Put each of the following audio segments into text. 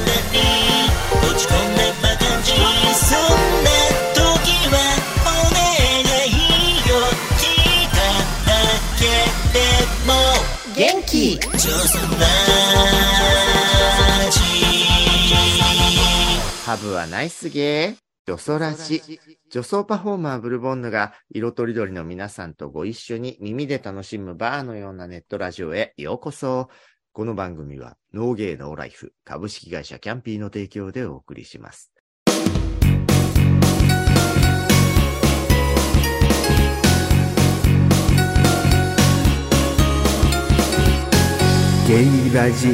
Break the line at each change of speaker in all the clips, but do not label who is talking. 落ち込んだバカンジそんな時はお願いよ聞いただけでも
元気
ジョスラジ
ハブはナイスゲー。女装らし。女装パフォーマーブルボンヌが色とりどりの皆さんとご一緒に耳で楽しむバーのようなネットラジオへようこそ。この番組はノーゲーノーライフ株式会社キャンピーの提供でお送りします。
ゲイラジ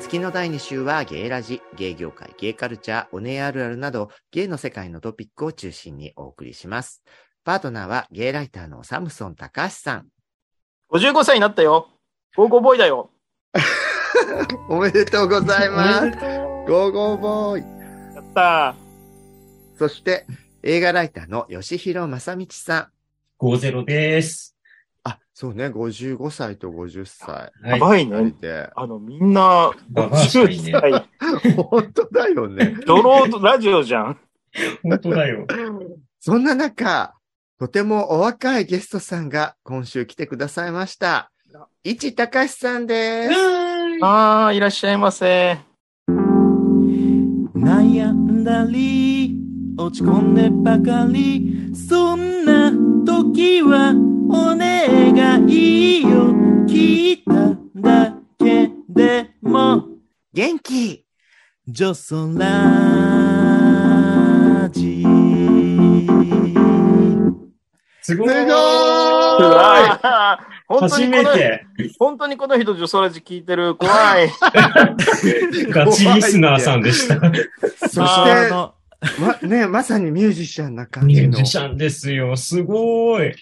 月の第2週はゲイラジ、ゲイ業界、ゲイカルチャー、オネエあるあるなど、ゲイの世界のトピックを中心にお送りします。パートナーはゲイライターのサムソン高橋さん。
55歳になったよ。ゴーゴーボーイだよ。
おめでとうございま
お
す。ゴーゴーボーイ。
やった
そして、映画ライターの吉弘正道さん。
50です。
あ、そうね、55歳と50歳。
ー。
は
やばい
で
ね。あの、みんな、
ババアしかいね
50歳
本当だよね。
ドローラジオじゃん。
本当だよ。
そんな中、とてもお若いゲストさんが今週来てくださいました。市高志さんです。
ああ、いらっしゃいませ。
悩んだり落ち込んでばかりそんな時はお願いよ聞いただけでも
元気
女装ラジ
すご
すご
い。
う
ーい
わー本当
初
にこ
め
の、
て
本当にこの人、女装ラジ聞いてる。怖い。
ガチリスナーさんでした。
そして、
あ
ま、ね、まさにミュージシャンな感
ミ
じ
ュー
の
ジ。シャンですよ。すごい。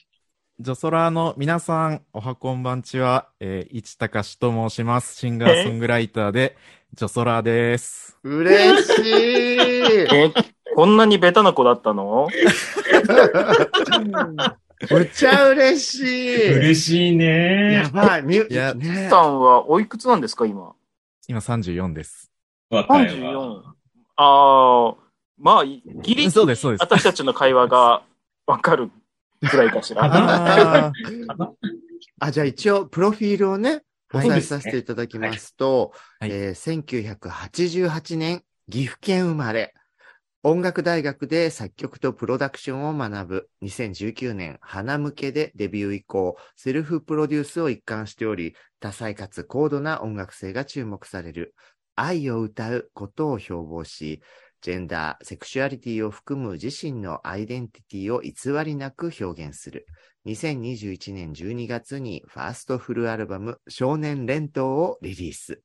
ジョソラーの皆さん、おはこんばんちは、えー、市高しと申します。シンガーソングライターで、ジョソラーです。
嬉し い
え、こんなにベタな子だったの
むちゃ嬉しい
嬉しいね
や。ばい、ミュ
いや
ね
さんはおいくつなんですか、今。
今34です。
若いわ。
34。ああ、まあ、ギリ、
そうです、そうです。
私たちの会話がわかるくらいかしら。
あ
あ、じゃあ一応、プロフィールをね、お
はい
伝えさせていただきますと、
はい
えー1988年、岐阜県生まれ、音楽大学で作曲とプロダクションを学ぶ、2019年、花向けでデビュー以降、セルフプロデュースを一貫しており、多彩かつ高度な音楽性が注目される、愛を歌うことを標榜し、ジェンダー、セクシュアリティを含む自身のアイデンティティを偽りなく表現する。2021年12月にファーストフルアルバム少年連投をリリース。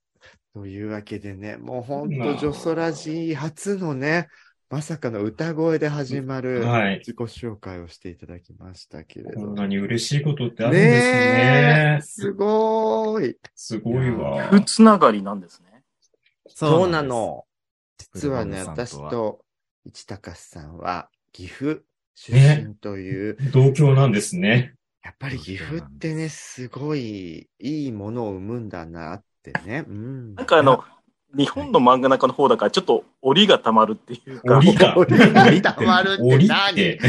というわけでね、もうほんとジョソラジー初のね、まさかの歌声で始まる
はい
自己紹介をしていただきましたけれ
こ
ど。
んなに嬉しいことってあるんです
ね
ね
え、。すごーい。
すごいわ。
うつながりなんですね。
そうな。の。
です
実はね、
ブルボンヌ
私
さんとは
と市高さんは岐阜出身という、
同居なんですね。
やっぱり岐阜ってね、すごいいいものを生むんだなってね。うん
なんかあの、日本の漫画中の方だから、ちょっと折りが溜まるっていうか、
折りが。
折りが溜まるって
折り
何
って。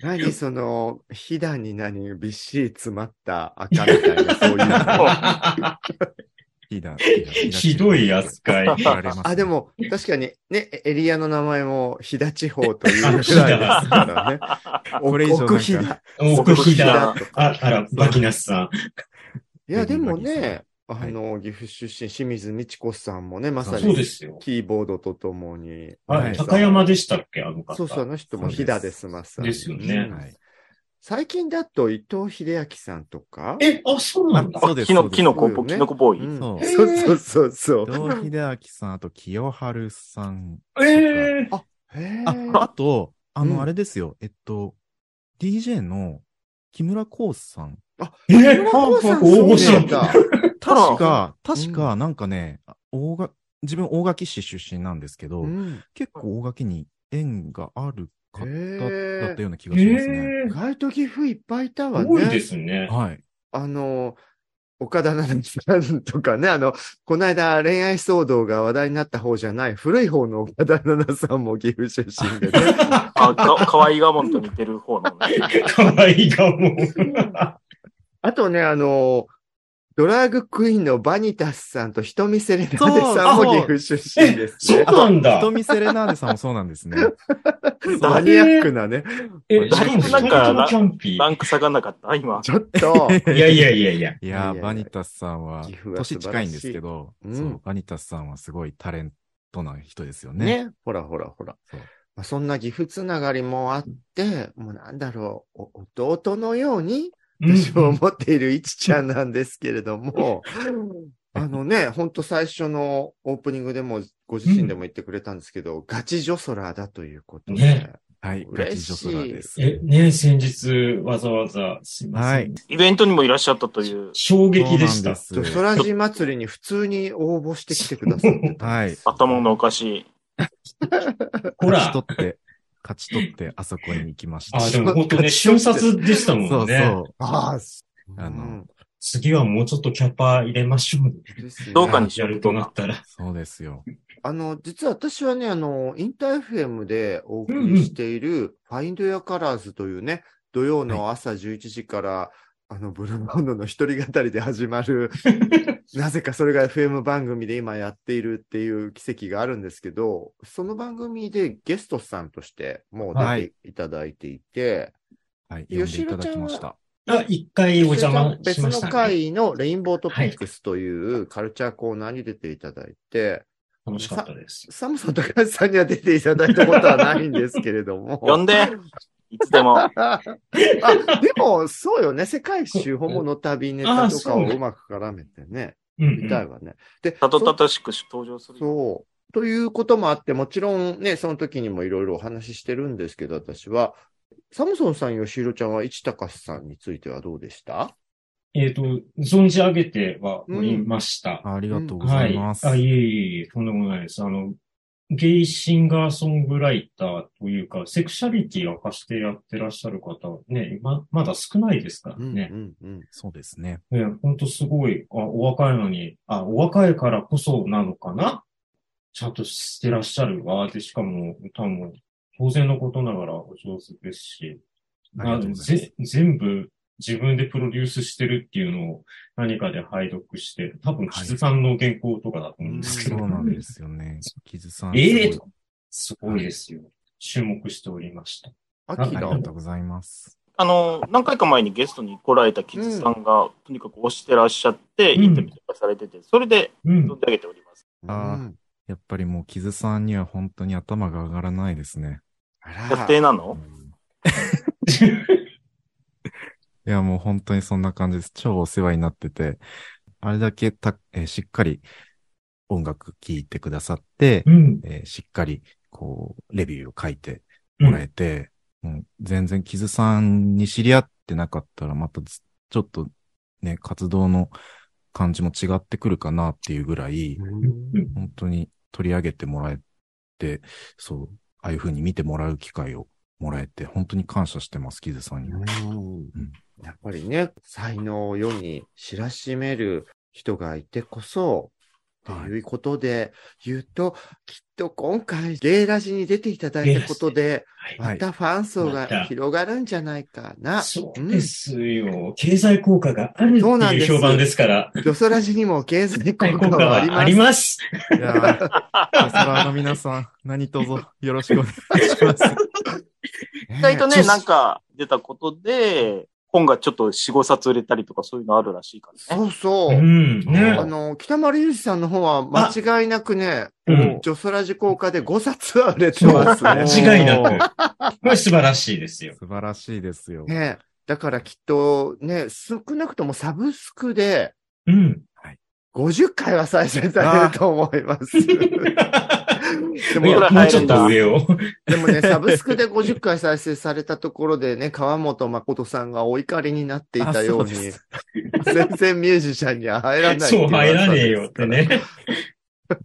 何その、ひだに何、びっしり詰まった赤みたいな、そういう の。
ひだひだひだ
ひどい扱い。
取られますね
あ、で、も、確かに、ね、エリアの名前も、ひだ地方というぐ
あ
らいですから ね。
これ以上なん
奥飛
か
騨、
奥飛騨。
とか。
あ、あら、バキナスさん。
いや、でも
ベニー
ね、あの、岐阜出身、清水美智子さんもね、まさ
そう
に
で、すよ。
キーボードとともに。
あ
は
れ、
い
高山でしたっけあの方。
そうそう、あの人も飛騨で済ます。
ですよね
うん
はい
最近だと伊藤英明さんとか。
え、あ、そうなんだ。
そうです
キ
そう
ノ
です
キノコボ、
そうよね
キノコボーイ。
うん
そう
そうそうそうそう。
伊藤秀明さん、あと清春さん。
えー、
へ
あ
ー、
あと、あ
うん
の、あれですよ。えっと、DJ の木村浩さん。
え
木村
ー
光さん
大御
そうなん。
所
だ
ただ
確か、確か、なんかね、大が自分大垣市出身なんですけど、
うん
結構大垣に縁がある方
へー
だったような気
え
がしますね。
意外と岐阜いっぱいいたわ
ー、多いで
ね。
すね。
はい。
あの、岡田奈々さんとかね、あの、この間恋愛騒動が話題になった方じゃない、古い方の岡田奈々さんも岐阜出身でね。
あ、か、かわいいがもんと似てる方なのね。
かわいいかも。
あとね、あの、ドラッグクイーンのバニタスさんと人見せれなでさんも岐阜出身です
そう
ね。
なんだ
人。見せれなんでさんもそうなんですね。
マニアックなね。
え、
だいぶなんか
キャンピ
ランク下がんなかった今。
ちょっと、
ー。いやいやいやいや。
い
いや
や
いや
ー、バニタスさんは
岐阜、は素晴
年
らしい
近いんですけど、
うん
そう、バニタスさんはすごいタレントな人ですよね。
ね。ほらほらほら
そう。
まあ、そんな岐阜つながりもあって、もうなんだろう、お弟のように私を持っているいちちゃんなんですけれども、あの ね、ほんと最初のオープニングでもご自身でも言ってくれたんですけど、ガチ女ソラだということで、
ね
はい、ガ
嬉
チ
し
女
い
ソラです。
え、ね先日、わざわざ、すいません。
はい
イベントにもいらっしゃったという。
衝撃でした。
そ
女
うなんです
ソラジ祭りに普通に応募してきてくださってた。
はい。
頭のおかしい。
ほ
勝ち
ら、
取って、勝ち取っ て、あそこに行きました。
あ、で
そう
も本当ね、瞬殺でした
そ
もん
う。
ね。
ああ、
あの
うん
次はもうちょっとキャパ入れましょうね。
ですね
どうかにし
や
よ
る
う
と
と
な
な
っ。たら。
そうですよ。
あの、実は私はね、あの、インター FM でお送りしている、ファインドヤカラーズというね、土曜の朝11時から、あの、ブルーバンドの一人語りで始ま る、なぜかそれが FM 番組で今やっているっていう奇跡があるんですけど、その番組でゲストさんとしてもう
は
出
い
ていただいていて、
はい、呼んで
吉
いた
野
だ
ちゃんは
きました。
あ、一回お邪魔し
別
ま
の
した、ね。
回のレインボートピックスというカルチャーコーナーに出ていただいて、
楽しかったです。
サムソン高橋さんには出ていただいたことはないんですけれども。
呼んでいつでも。
あ、でも、そうよね。世界一周ホモの旅ネタとかをうまく絡めてね、
うん、
見たいわね。で、
たどたどしく登場するよ。
そう。ということもあって、もちろんね、その時にもいろいろお話ししてるんですけど、私は、サムソンさん、吉弘ちゃんは、市高さんについてはどうでした
えっ、と、存じ上げてはおりました。
ありがとうご
は
ざ
い。
います。
あ、いえいえいえ、とんでもないです。あの、ゲイシンガーソングライターというか、セクシャリティを明かしてやってらっしゃる方、ね、今、まだ少ないですから
うん、
ね。
うん、うん。
そうですね。
ねほんとすごい、あ、お若いのに、あ、お若いからこそなのかなちゃんとしてらっしゃるわ。で、しかも、歌も、当然のことながらお上手ですし、
ありがとうございます
ぜ全部自分でプロデュースしてるっていうのを何かで拝読して、多分、キズさんの原稿とかだと思うんですけ
そ
ど。
う なんですよね。キズさん。
ええ
すごい
すごいですよ。注目しておりました。
アキ
あり
ラ
がとうございます。
あの、何回か前にゲストに来られたキズさんが、とにかく推してらっしゃって、
うん
インタビューとかされてて、それで
うん
存。じ上げております。
あやっぱりもう、キズさんには本当に頭が上がらないですね。
あ
設定なの
いや、もう本当にそんな感じです。超お世話になってて、あれだけた、えーしっかり音楽聴いてくださって
う、ん。
えーしっかり、こう、レビューを書いてもらえて、もう全然キズさんに知り合ってなかったら、またずちょっとね、活動の感じも違ってくるかなっていうぐらい、本当に取り上げてもらえて、そう、ああいう風に見てもらう機会をもらえて、本当に感謝してます、キズさんには。
うんやっぱりね、才能を世に知らしめる人がいてこそ、と
はい
いうことで言うと、きっと今回、ゲイラジに出ていただいたことで、
はい。
は
ま
い。
たファン層
ま
が
た
広がるんじゃないかな。
そうですよ。経済効果があるって
そうなん
い
で
う
す
評判ですから。
ドソラジにも経済
経済
効果はあります。
ます。
いやー、レスラーの皆さん、何卒よろしくお願いします。
意外と
そ
ね、
う
なんか出たことで、本がちょっと4、5冊売れたりとかそういうのあるらしいからね。
そうそうう。
ん。
あ
ね。
の、北丸ゆうさんの方は間違いなくね、
うん
ジョソラジ効果で5冊は売れてますね。
間違いなく。これ素晴らしいですよ。
素晴らしいですよ。
ねだからきっとね、少なくともサブスクで
うん。
50回は再生されると思い ます。 で
い
も
いくら
やもうちょっと
入
上を。
でもね、サブスクで50回再生されたところでね、川本誠さんがお怒りになっていたように、
あそうで
全然ミュージシャンには入らないって
そう、
言われ
入
た
ら
んです
ねえよってね。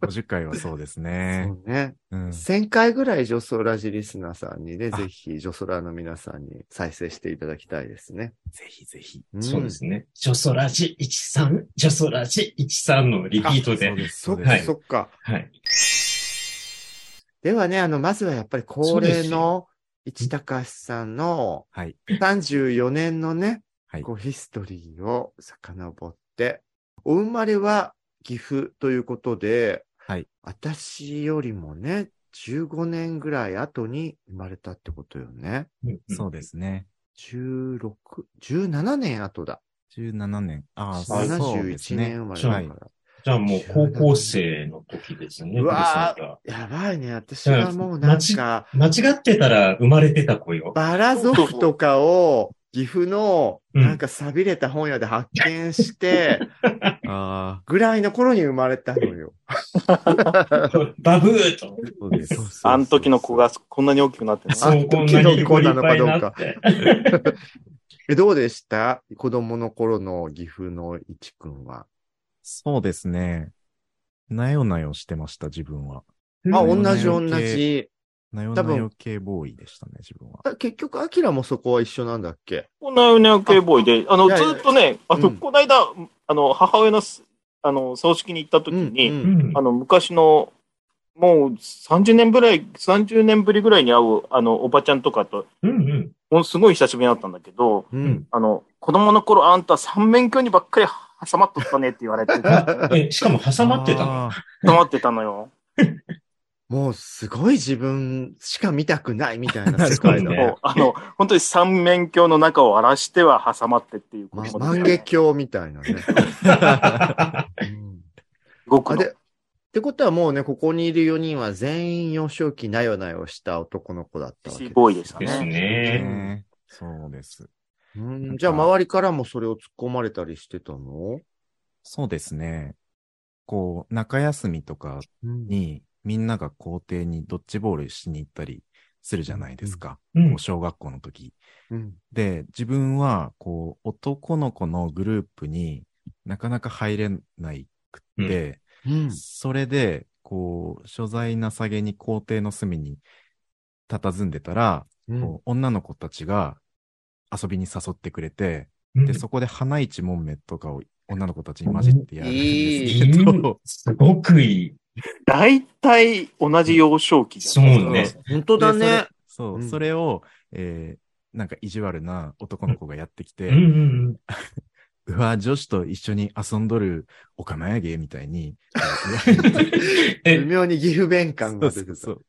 50回はそうですね。
そうね。
うん。
1000回ぐらい女装ラジリスナーさんにね、
あ
ぜひ女装ラの皆さんに再生していただきたいですね。
ぜひぜひ。
ん
そうで。すね。ジョソラジ13、ジョソラジ13のリピート
そう
で。
です、そ
そうっ
です。
か、
はい
そっか。
はい。
ではね、あの、まずはやっぱり恒例の市高さんの
はい。
34年のね、
はい
こうヒストリーを遡って、お生まれは岐阜ということで、
はい
私よりもね、15年ぐらい後に生まれたってことよね。
そう
で
ですね。
16、17年後だ。
17年。ああ、
はい
そうです
71
ね
年。生まれだから。
はい
す。じゃあもう高校生の時ですね。
うわー
クリス
やばいね。私はもうなんか、
マス間違ってたら生まれてた 子よ。
バラ族とかを岐阜の
うん
なんか錆びれた本屋で発見して、
あ
ぐらいの頃に生まれたのよ。
バブーと。
あ、そうです。そうそうそう
あの時の子がこんなに大きくなってね。
あ
そう、こんなにご立派になって。
え、どうでした子供の頃の岐阜の一くんは。
そうですね。なよなよしてました、自分は。
あ、
う
同
ん
じ同じ。
なよな
多分
よ系ボーイでしたね、自分は。
あ結局、アキラもそこは一緒なんだっけ
こんなよね、ケイボーイで。あの、
いやいや
ずっとね、あの、
うん
こないだ、あの、母親のす、あの、葬式に行った時に、
うんうん
うん
あの、昔の、もう30年ぐらい、30年ぶりぐらいに会う、あの、おばちゃんとかと、
うんうん。
もうすごい久しぶりに会ったんだけど、
うん。
あの、子供の頃あんた三面鏡にばっかり挟まっとったねって言 われて、挟
え、しかも挟まってたの。
あー
まってたのよ。
もうすごい自分しか見たくないみたいな世
そう
界
ね
だ。
もう、あの、本当に三面鏡の中を荒らしては挟まってっていう
ま、
こと
万華鏡みたいなね。 うん
僕
あ
の
で、ってことはもうね、ここにいる4人は全員幼少期なよなよした男の子だったわけで
シーボーイでした
で
ね。
すね。
ねそうです。
す。うんじゃあ周りからもそれを突っ込まれたりしてたの
そうですね。こう、中休みとかに、みんなが校庭にドッジボールしに行ったりするじゃないですか。
うん
こう。小学校の時。
うん。
で、自分は、こう、男の子のグループになかなか入れないくって、
うん。
それで、こう、所在なさげに校庭の隅に佇んでたら、
うん
こう女の子たちが遊びに誘ってくれて、
で
で、そこで花一門目とかを女の子たちに混じってやるんですけど、
すごくいい。
大体同じ幼少期じ
そ
ゃ。
うんね。
本当だ
で
ね。。
それそう、
うん
それを、えー、なんか意地悪な男の子がやってきて、
う
うん
うん
わ、女子と一緒に遊んどるおかまやげみたいに、
うん。
微
え、
妙に岐阜弁感
そ
が
う
出
そ
て
う
た。
そう。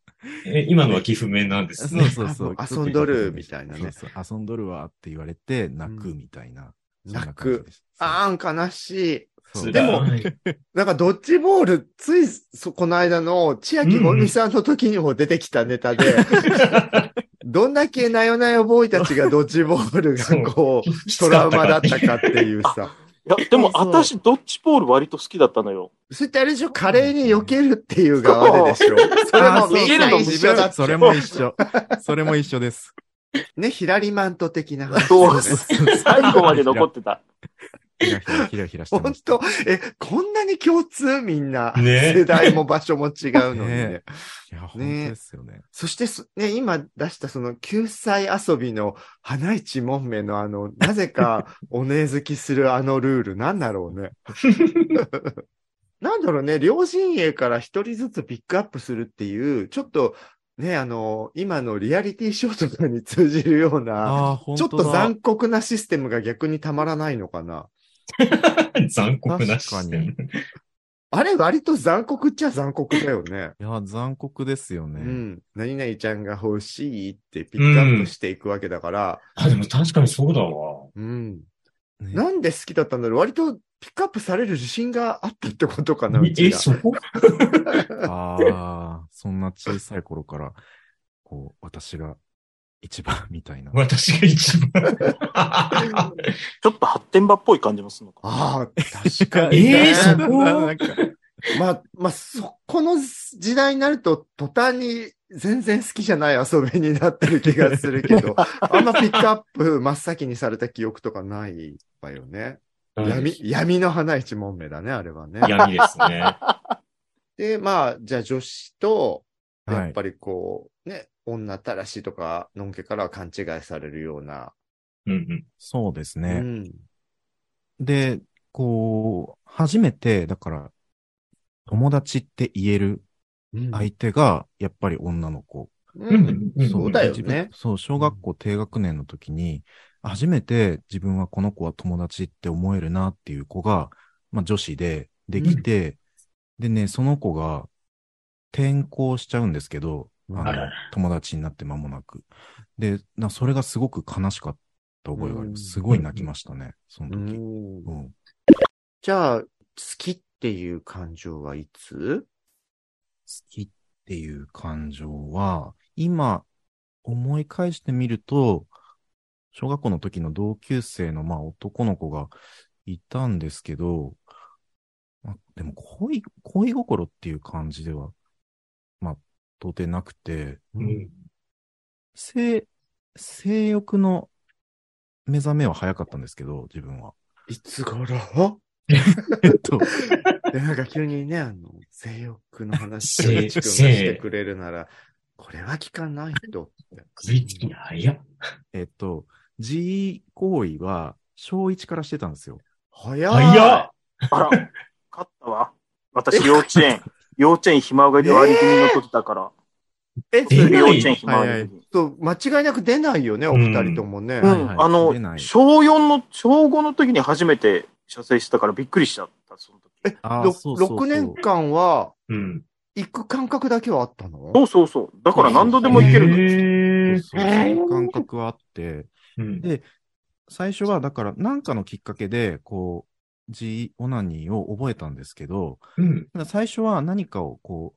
え今のは岐阜名なんです
そ
ね
う。そうそう。
あ遊んどるみたいなね
そうそう遊んどるわって言われて、泣くみたいな。そんな感じ
泣く
でした
あーん、悲しい。
そう
でもなんかドッジボール、ついそ、この間の千秋ほみさんの時にも出てきたネタで、どんだけなよなよボーイたちがドッジボール
そう
がこう、ト
ト
ラウマだったかっていうさ。
いや、でも
そう
私、ドッジボール割と好きだったのよ。
それってあれでしょカレーに避けるっていう側ででしょそれもみんな一緒だっ
それ
て。
も一緒。それも一緒です。
ね、ヒラリマント的な話。
そうです。最後まで残ってた。
ひらひらひらひらしてま
本
した。
当え、こんなに共通みんな。
ね
世代も場所も違うのにね
ね。いや、本当ですよね。
そしてそ、ね、今出したその救済遊びの花一門名の あの、なぜかおねづきするあのルール、なんだろ うね。なんだろうね、両陣営から一人ずつピックアップするっていう、ちょっとね、あの、今のリアリティショーとかに通じるような、
ああ、本
ちょっ
当だ
と残酷なシステムが逆にたまらないのかな。
残酷なシ
確か
ステ
に。い
ム。
あれ割と残酷っちゃ残酷だよ ね。
や、残酷ですよ
う
ね。
ん。何々ちゃんが欲しいってピックアップしていくわけだから、
あ、でも確かにそうだわ。
うん。
ね
なんで好きだったんだろう割とピックアップされる自信があったってことかな、うち
え、
が。
そこ
ああ、そんな小さい頃から、こう、私が一番みたいな。
私が一番。
ちょっと発展場っぽい感じもするのか。
ああ、確かに、
え
ね。
ーそこ
なんか
まあ、まあ、そ、この時代になると、途端に全然好きじゃない遊びになってる気がするけど、あんまピックアップ真っ先にされた記憶とかないわよね。闇、闇の花一問目だね、あれはね。
闇ですね。
で、まあ、じゃあ女子と、
は
やっ
い。
ぱりこう、ね、女たらしとか、のんけからは勘違いされるような。
うん
そうです
う
ね。
ん。
で、こう、初めて、だから、友達って言える
うん
相手が、やっぱり女の子。
う。
うんん。
うん。
そうだよ
自分
ね
そう、小学校低学年の時に、初めて自分はこの子は友達って思えるなっていう子が、まあ女子でできて、でね、その子が転校しちゃうんですけど、あの
あら
友達になって間もなく。で、なそれがすごく悲しかった覚えがあります。
うん
すごい泣きましたね、その
う
時。
ん
うん
じゃあ、好きっていう感情はいつ
好きっていう感情は、今思い返してみると、小学校の時の同級生のまあ男の子がいたんですけど、まあ、でも恋、恋心っていう感じでは、まあ、到底なくて、
うん。
性、性欲の目覚めは早かったんですけど、自分 は。
いつ 頃
えっと、
でなんか急にね、あの、性欲の話を
性
いちくんがしてくれるなら、これは聞かないと。
食いつき早っ。
えっと、G 行為は小1からしてたんですよ。
早い。
早っ
あら、勝ったわ。私、幼 稚園。幼稚園ひまわり割り組の時だから。
え、そ
え
幼
れ
出ない
稚園ひまわり組。
そう、間違いなく出ないよね、お二人ともね。
う
うんん
はいはい
あ
出な
の、
い
小4の、小5の時に初めて射精したからびっくりしちゃった、その時。
え
あー
ろ
そうそうそう
6年間は、
うん。
行く感覚だけはあったの
そうそうそう。だから何度でもいけるの。
へー
そうそうそういう感覚はあって、
うん
で最初はだから何かのきっかけで、こう、G オナニーを覚えたんですけど、
うん。
ただ最初は何かをこ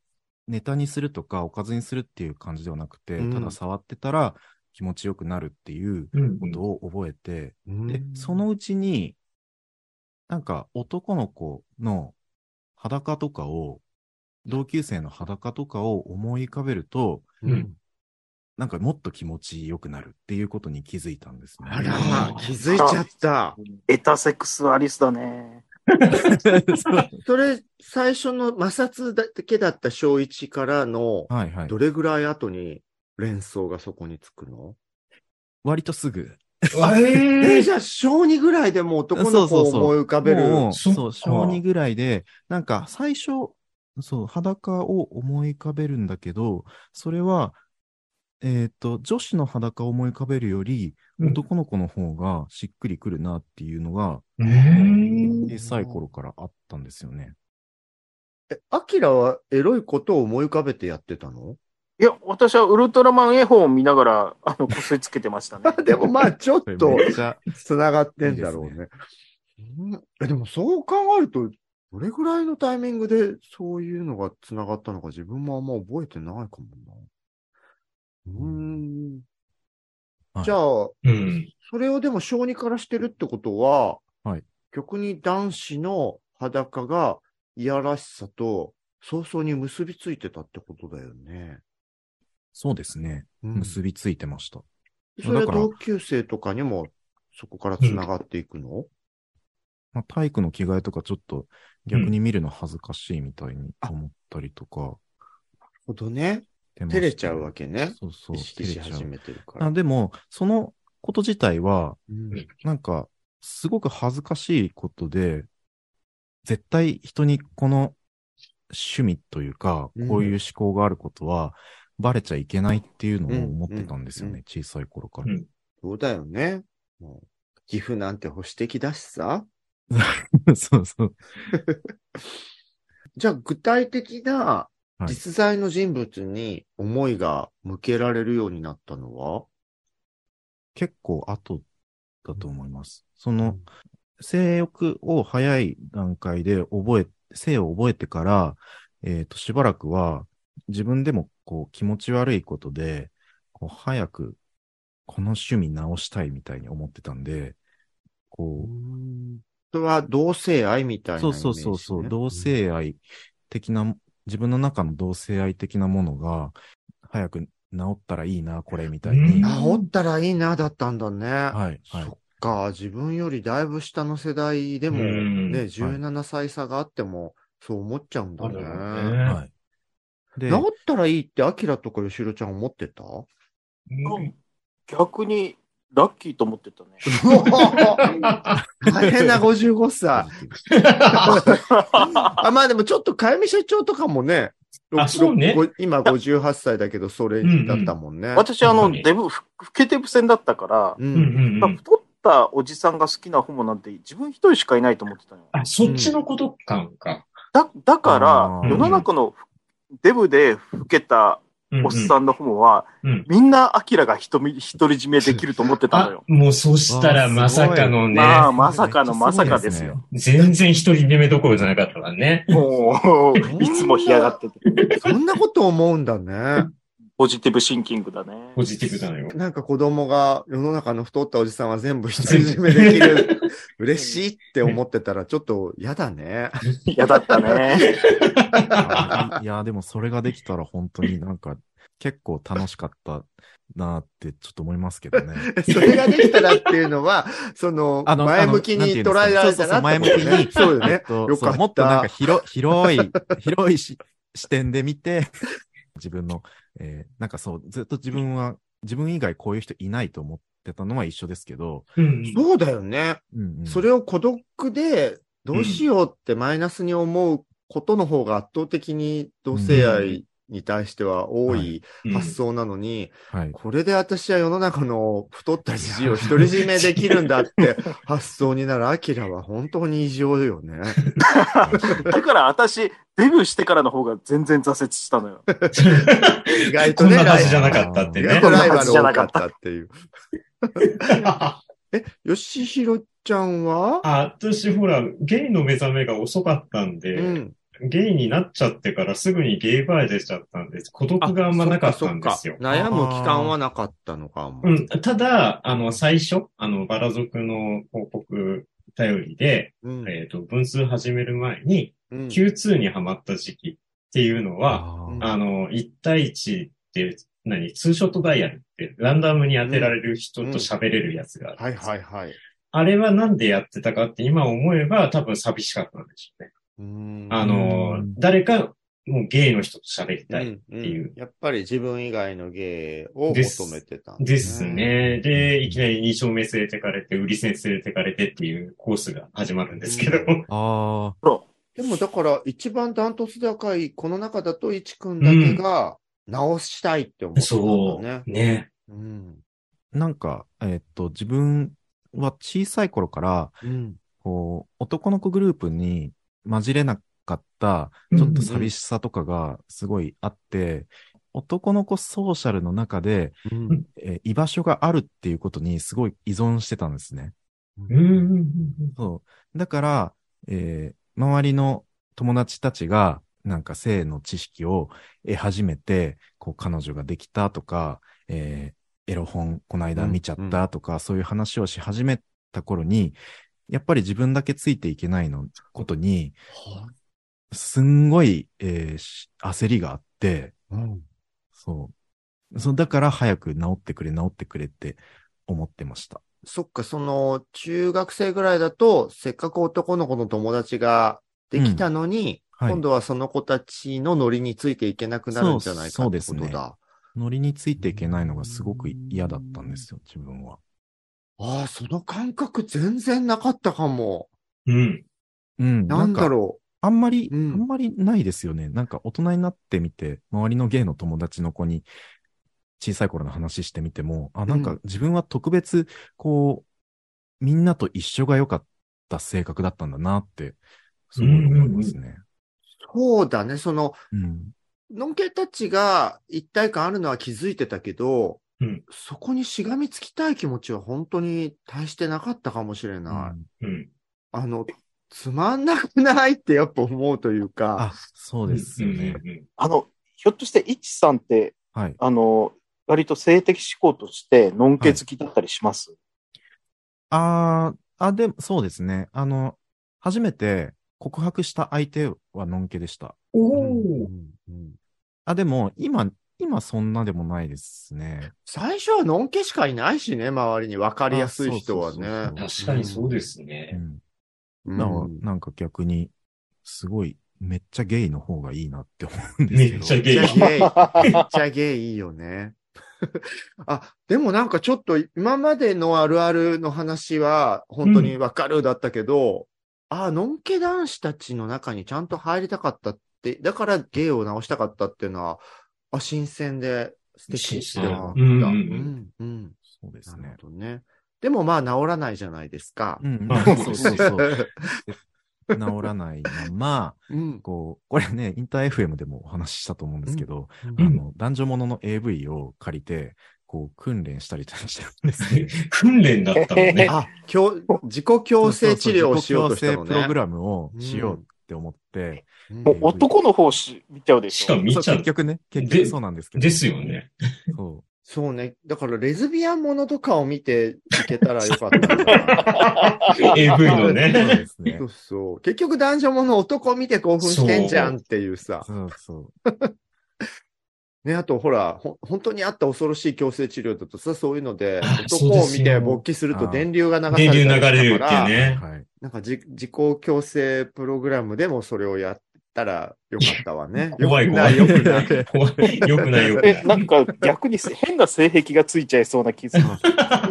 う、ネタにするとか、おかずにするっていう感じではなくて、
うん
ただ触ってたら気持ちよくなるっていう
うん
ことを覚えて、
うん
で、そのうちに、なんか男の子の裸とかを、同級生の裸とかを思い浮かべると、
うん
なんかもっと気持ちよくなるっていうことに気づいたんですね。
あらまあ、気づいちゃった。
エタセクスアリスだね。
そう
それ、最初の摩擦だけだった小1からの、
はいはい
ど。れぐらい後に連想がそこにつくの、
割とすぐ。
あえ
えー
ー
じゃあ小2ぐらいでもう男の子を思い浮かべる。
もう、
そっか
そう、小2ぐらいで、なんか最初、そう、裸を思い浮かべるんだけど、それは、えっ、と、女子の裸を思い浮かべるより、
うん
男の子の方がしっくりくるなっていうのが、
えー
小さい頃からあったんですよね。
えアキラはエロいことを思い浮かべてやってたの
いや、私はウルトラマン絵本を見ながら、あの、こすりつけてましたね。
でもまあちょっ
そ れ
と
めっちゃ、
つながってんだろうね。
いい
うんえでもそう考えると、どれぐらいのタイミングでそういうのがつながったのか自分もあんま覚えてないかもな。うーん。
はい
じゃあ、
うん。
それをでも小児からしてるってことは、
はい
逆に男子の裸がいやらしさと早々に結びついてたってことだよね。
そうですね。
うん
結びついてました。
それは
だから
同級生とかにもそこからつながっていくの、
まあ、体育の着替えとかちょっと逆に見るの恥ずかしいみたいに思ったりとか、
ほどね。
出ました
照れちゃうわけね。
そうそう。
意識し
照れち
始
ゃう
めてるか
あ
ら。
でも、そのこと自体は、
うん
なんか、すごく恥ずかしいことで、絶対人にこの趣味というか
うん、
こういう思考があることは、バレちゃいけないっていうのを思ってたんですよ
うん
ね、小さい頃から。
そうだよね。もう岐阜なんて保守的だしさ。
そうそう。
じゃあ具体的な
はい
実在の人物に思いが向けられるようになったのは、
結構後だと思います。その、性欲を早い段階で覚え、性を覚えてから、えっ、と、しばらくは、自分でもこう気持ち悪いことで、こう早く、この趣味直したいみたいに思ってたんで、こ、
それは同性愛みたいうなイメ
そ
ー
う
ジね、
そうそうそう、同性愛的な、自分の中の同性愛的なものが、早く治ったらいいな、これ、みたいに。
うん
はい、
治ったらいいな、だったんだね。
はい。
そっか、自分よりだいぶ下の世代でも、
うん
ね、17歳差があっても、そう思っちゃうんだ
ある
ね。
よね。
はい。で、
治ったらいいって、アキラとかヨシロちゃん思ってた
うん
逆に、ラッキーと思ってたね。
大変な55歳。あまあでもちょっと、かゆみ社長とかもね、ろ
あそうね
ろご今58歳だけど、それだったもんね。
私、あ
確
の、
かに
デブ、ふ老けデブ戦だったから
う、。
うんうんんうん。
太ったおじさんが好きなホモなんて自分一人しかいないと思ってたのよ。
あ、そっちのこと感か。
だ、だか
あ
ら、
ー
世の中のデブで老けたおっさ
ん。
んのホモは、
うん
みんなアキラが独り独り占めできると思ってたの
あ
よ、。
もうそしたらまさかのね、
まあ、まさかの
めっ
ま
ちゃ
さ
すごいですね
かですよ。
全然一人目どころじゃなかったわね。
もう、 いつも干上がってて。
そんなこと思うんだ ね。
ポジティブシンキングだね。
ポジティブなのよ。
なんか子供が世の中の太ったおじさんは全部独り占めでき る。嬉しいって思ってたらちょっと嫌だね。
嫌だった ね。
あいや、でもそれができたら本当になんか、結構楽しかったなってちょっと思いますけ どね。
それができたらっていうのは、その、
あの
前向きに捉えられたなってことね。
そうそう
そ
う
よ
前向きにえ
ね
っ。と
よかった
そうもっとなんか広広い、広いし視点で見て、自分の、えーなんかそう、ずっと自分は、自分以外こういう人いないと思ってたのは一緒ですけど、
うん
そうだよね。
うんうん
それを孤独で、どうしようってマイナスに思うことの方が圧倒的に同性愛に対しては多い発想なのに、
はい。
これで私は世の中の太ったじじいを独り占めできるんだって 発想になるアキラは本当に異常よね。
だから私、デビューしてからの方が全然挫折したのよ。
意外と
こん
ね、
なは
ライ
ずじゃなかったって
意
じ
外
ね
と。ライバル多かったっていう。
あ、
よしひろちゃんは
私ほら、ゲイの目覚めが遅かったんで、
うん。
ゲイになっちゃってからすぐにゲイバーへ出ちゃったんです。孤独があんまなかったんですよ
そっ。かそっか悩む期間はなかったのかも。
うん、ただ、あの、最初、あの、バラ族の広告頼りで、
うん。
えっ、と、文通始める前に、
うん
Q2 にハマった時期っていうのは、
あ
あの、1対1って、何、ツーショットダイヤルって、ランダムに当てられる人と喋れるやつがある、
はいはいはい。
あれはなんでやってたかって今思えば多分寂しかったんでしょうね。
うん
あの
うん、
誰か、もうゲイの人と喋りたい。
って
いう
やっぱり自分以外の芸を
です
求めてたんだね
です。ね。で、いきなり二丁目連れてかれて、売り線連れてかれてっていうコースが始まるんですけど。
うん
あー。
でもだから一番ダントツ高いこの中だと一くんだけが直したいって思ってたん
そ
だね。
う。ね。
うん。
なんか、えっと、自分は小さい頃から、
うん。
こう、男の子グループに混じれなかった、ちょっと寂しさとかがすごいあって、男の子ソーシャルの中で、
うん。
えー居場所があるっていうことにすごい依存してたんですね。
うんうんうん
そう。だから、えー周りの友達たちが、なんか性の知識を得始めて、こう、彼女ができたとか、えーエロ本この間見ちゃったとか、そういう話をし始めた頃に、やっぱり自分だけついていけないのことに、すんごい、えーし焦りがあって、
うん
そう。そう、だから早く治ってくれ、治ってくれって思ってました。
そっか、その中学生ぐらいだとせっかく男の子の友達ができたのに、
はい
今度はその子たちのノリについていけなくなるんじゃないかってこと
そうそうですね
だ。
ノリについていけないのがすごく嫌だったんですよ、自分は。
ああ、その感覚全然なかったかも。
うん。
うん。
なんだ
か
ろ
あんまり、
うん
あんまりないですよね。なんか大人になってみて、周りのゲイの友達の子に小さい頃の話してみても、あ、なん
う
か自分は特別、こう、みんなと一緒が良かった性格だったんだなって、すごい思いますね。
う。そうだね。その、
うん。
のんけたちが一体感あるのは気づいてたけど、
うん
そこにしがみつきたい気持ちは本当に大してなかったかもしれない。
うん。
あの、つまんなくないってやっぱ思うというか、
あ、そうですよね。
うんうん
あの、ひょっとして、いちさんって、
はい。
あの、割と性的思考として、のんけ好きだったりします、
あーあ、でも、そうですね。あの、初めて告白した相手はのんけでした。
うん
おー
うん
あ、でも、今、今そんなでもないですね。
最初はのんけしかいないしね、周りに分かりやすい人は
あそうそう
ね。
そう
確かにそうです
う
ね。
ん。
う
だから
ん
なんか逆に、すごいめっちゃゲイの方がいいなって思うんです
め
け
っ
ど。
ちゃ
め
ゲ
っ
イ
ちゃ。ゲイ。めっちゃゲイいいよね。あ、でもなんかちょっと今までのあるあるの話は本当にわかるだったけど、あ、のんけ男子たちの中にちゃんと入りたかったって、だからゲイを直したかったっていうのは、あ、新鮮で素敵だな。
新鮮
う
うん
ん、うん。
そうです
なる
ね。
ほどね。でもまあ治らないじゃないですか。。
うん、
あ
そうそうそう 治らないまま、
うん。
こう、これね、インター FM でもお話ししたと思うんですけど、
う
あ
ん
の、男女ものの AV を借りて、こう、訓練したりとかしてるんです ね。
訓練だったの ね。
あ、強自己強制治療をしようとした
自
の
己強制プログ
ね。
ラムをしようって思って、
うん
プロ
もう
グラム
男の方し見ちゃうで
し
し
か
ょ
も。見
そう
ちゃう
結。局ね、結
で
局そうなんですけど。
ですよ。ね。
そ
そうね。だから、レズビアンものとかを見ていけたらよかったのかな
AV
う。
の
そう
ね。
ですね
そ。うそう。結局、男女もの男見て興奮してんじゃんっていうさ。
そうそう。
ね、あと、ほら、ほ、本当にあった恐ろしい強制治療だとさ、そういうので
あ、
男
そうで
を
す
見て
よ
勃起すると
あ
電流が流され
電
たり
流流
とか
れるって
から
いうね。
はい。
なんかじ、自己強制プログラムでもそれをやったらよかったわ ね。
怖い
よく
怖。
ないい、よくない。
怖い。よくないよくな
え、
い。
なんか逆に変な性癖がついちゃいそうな気 する。
そ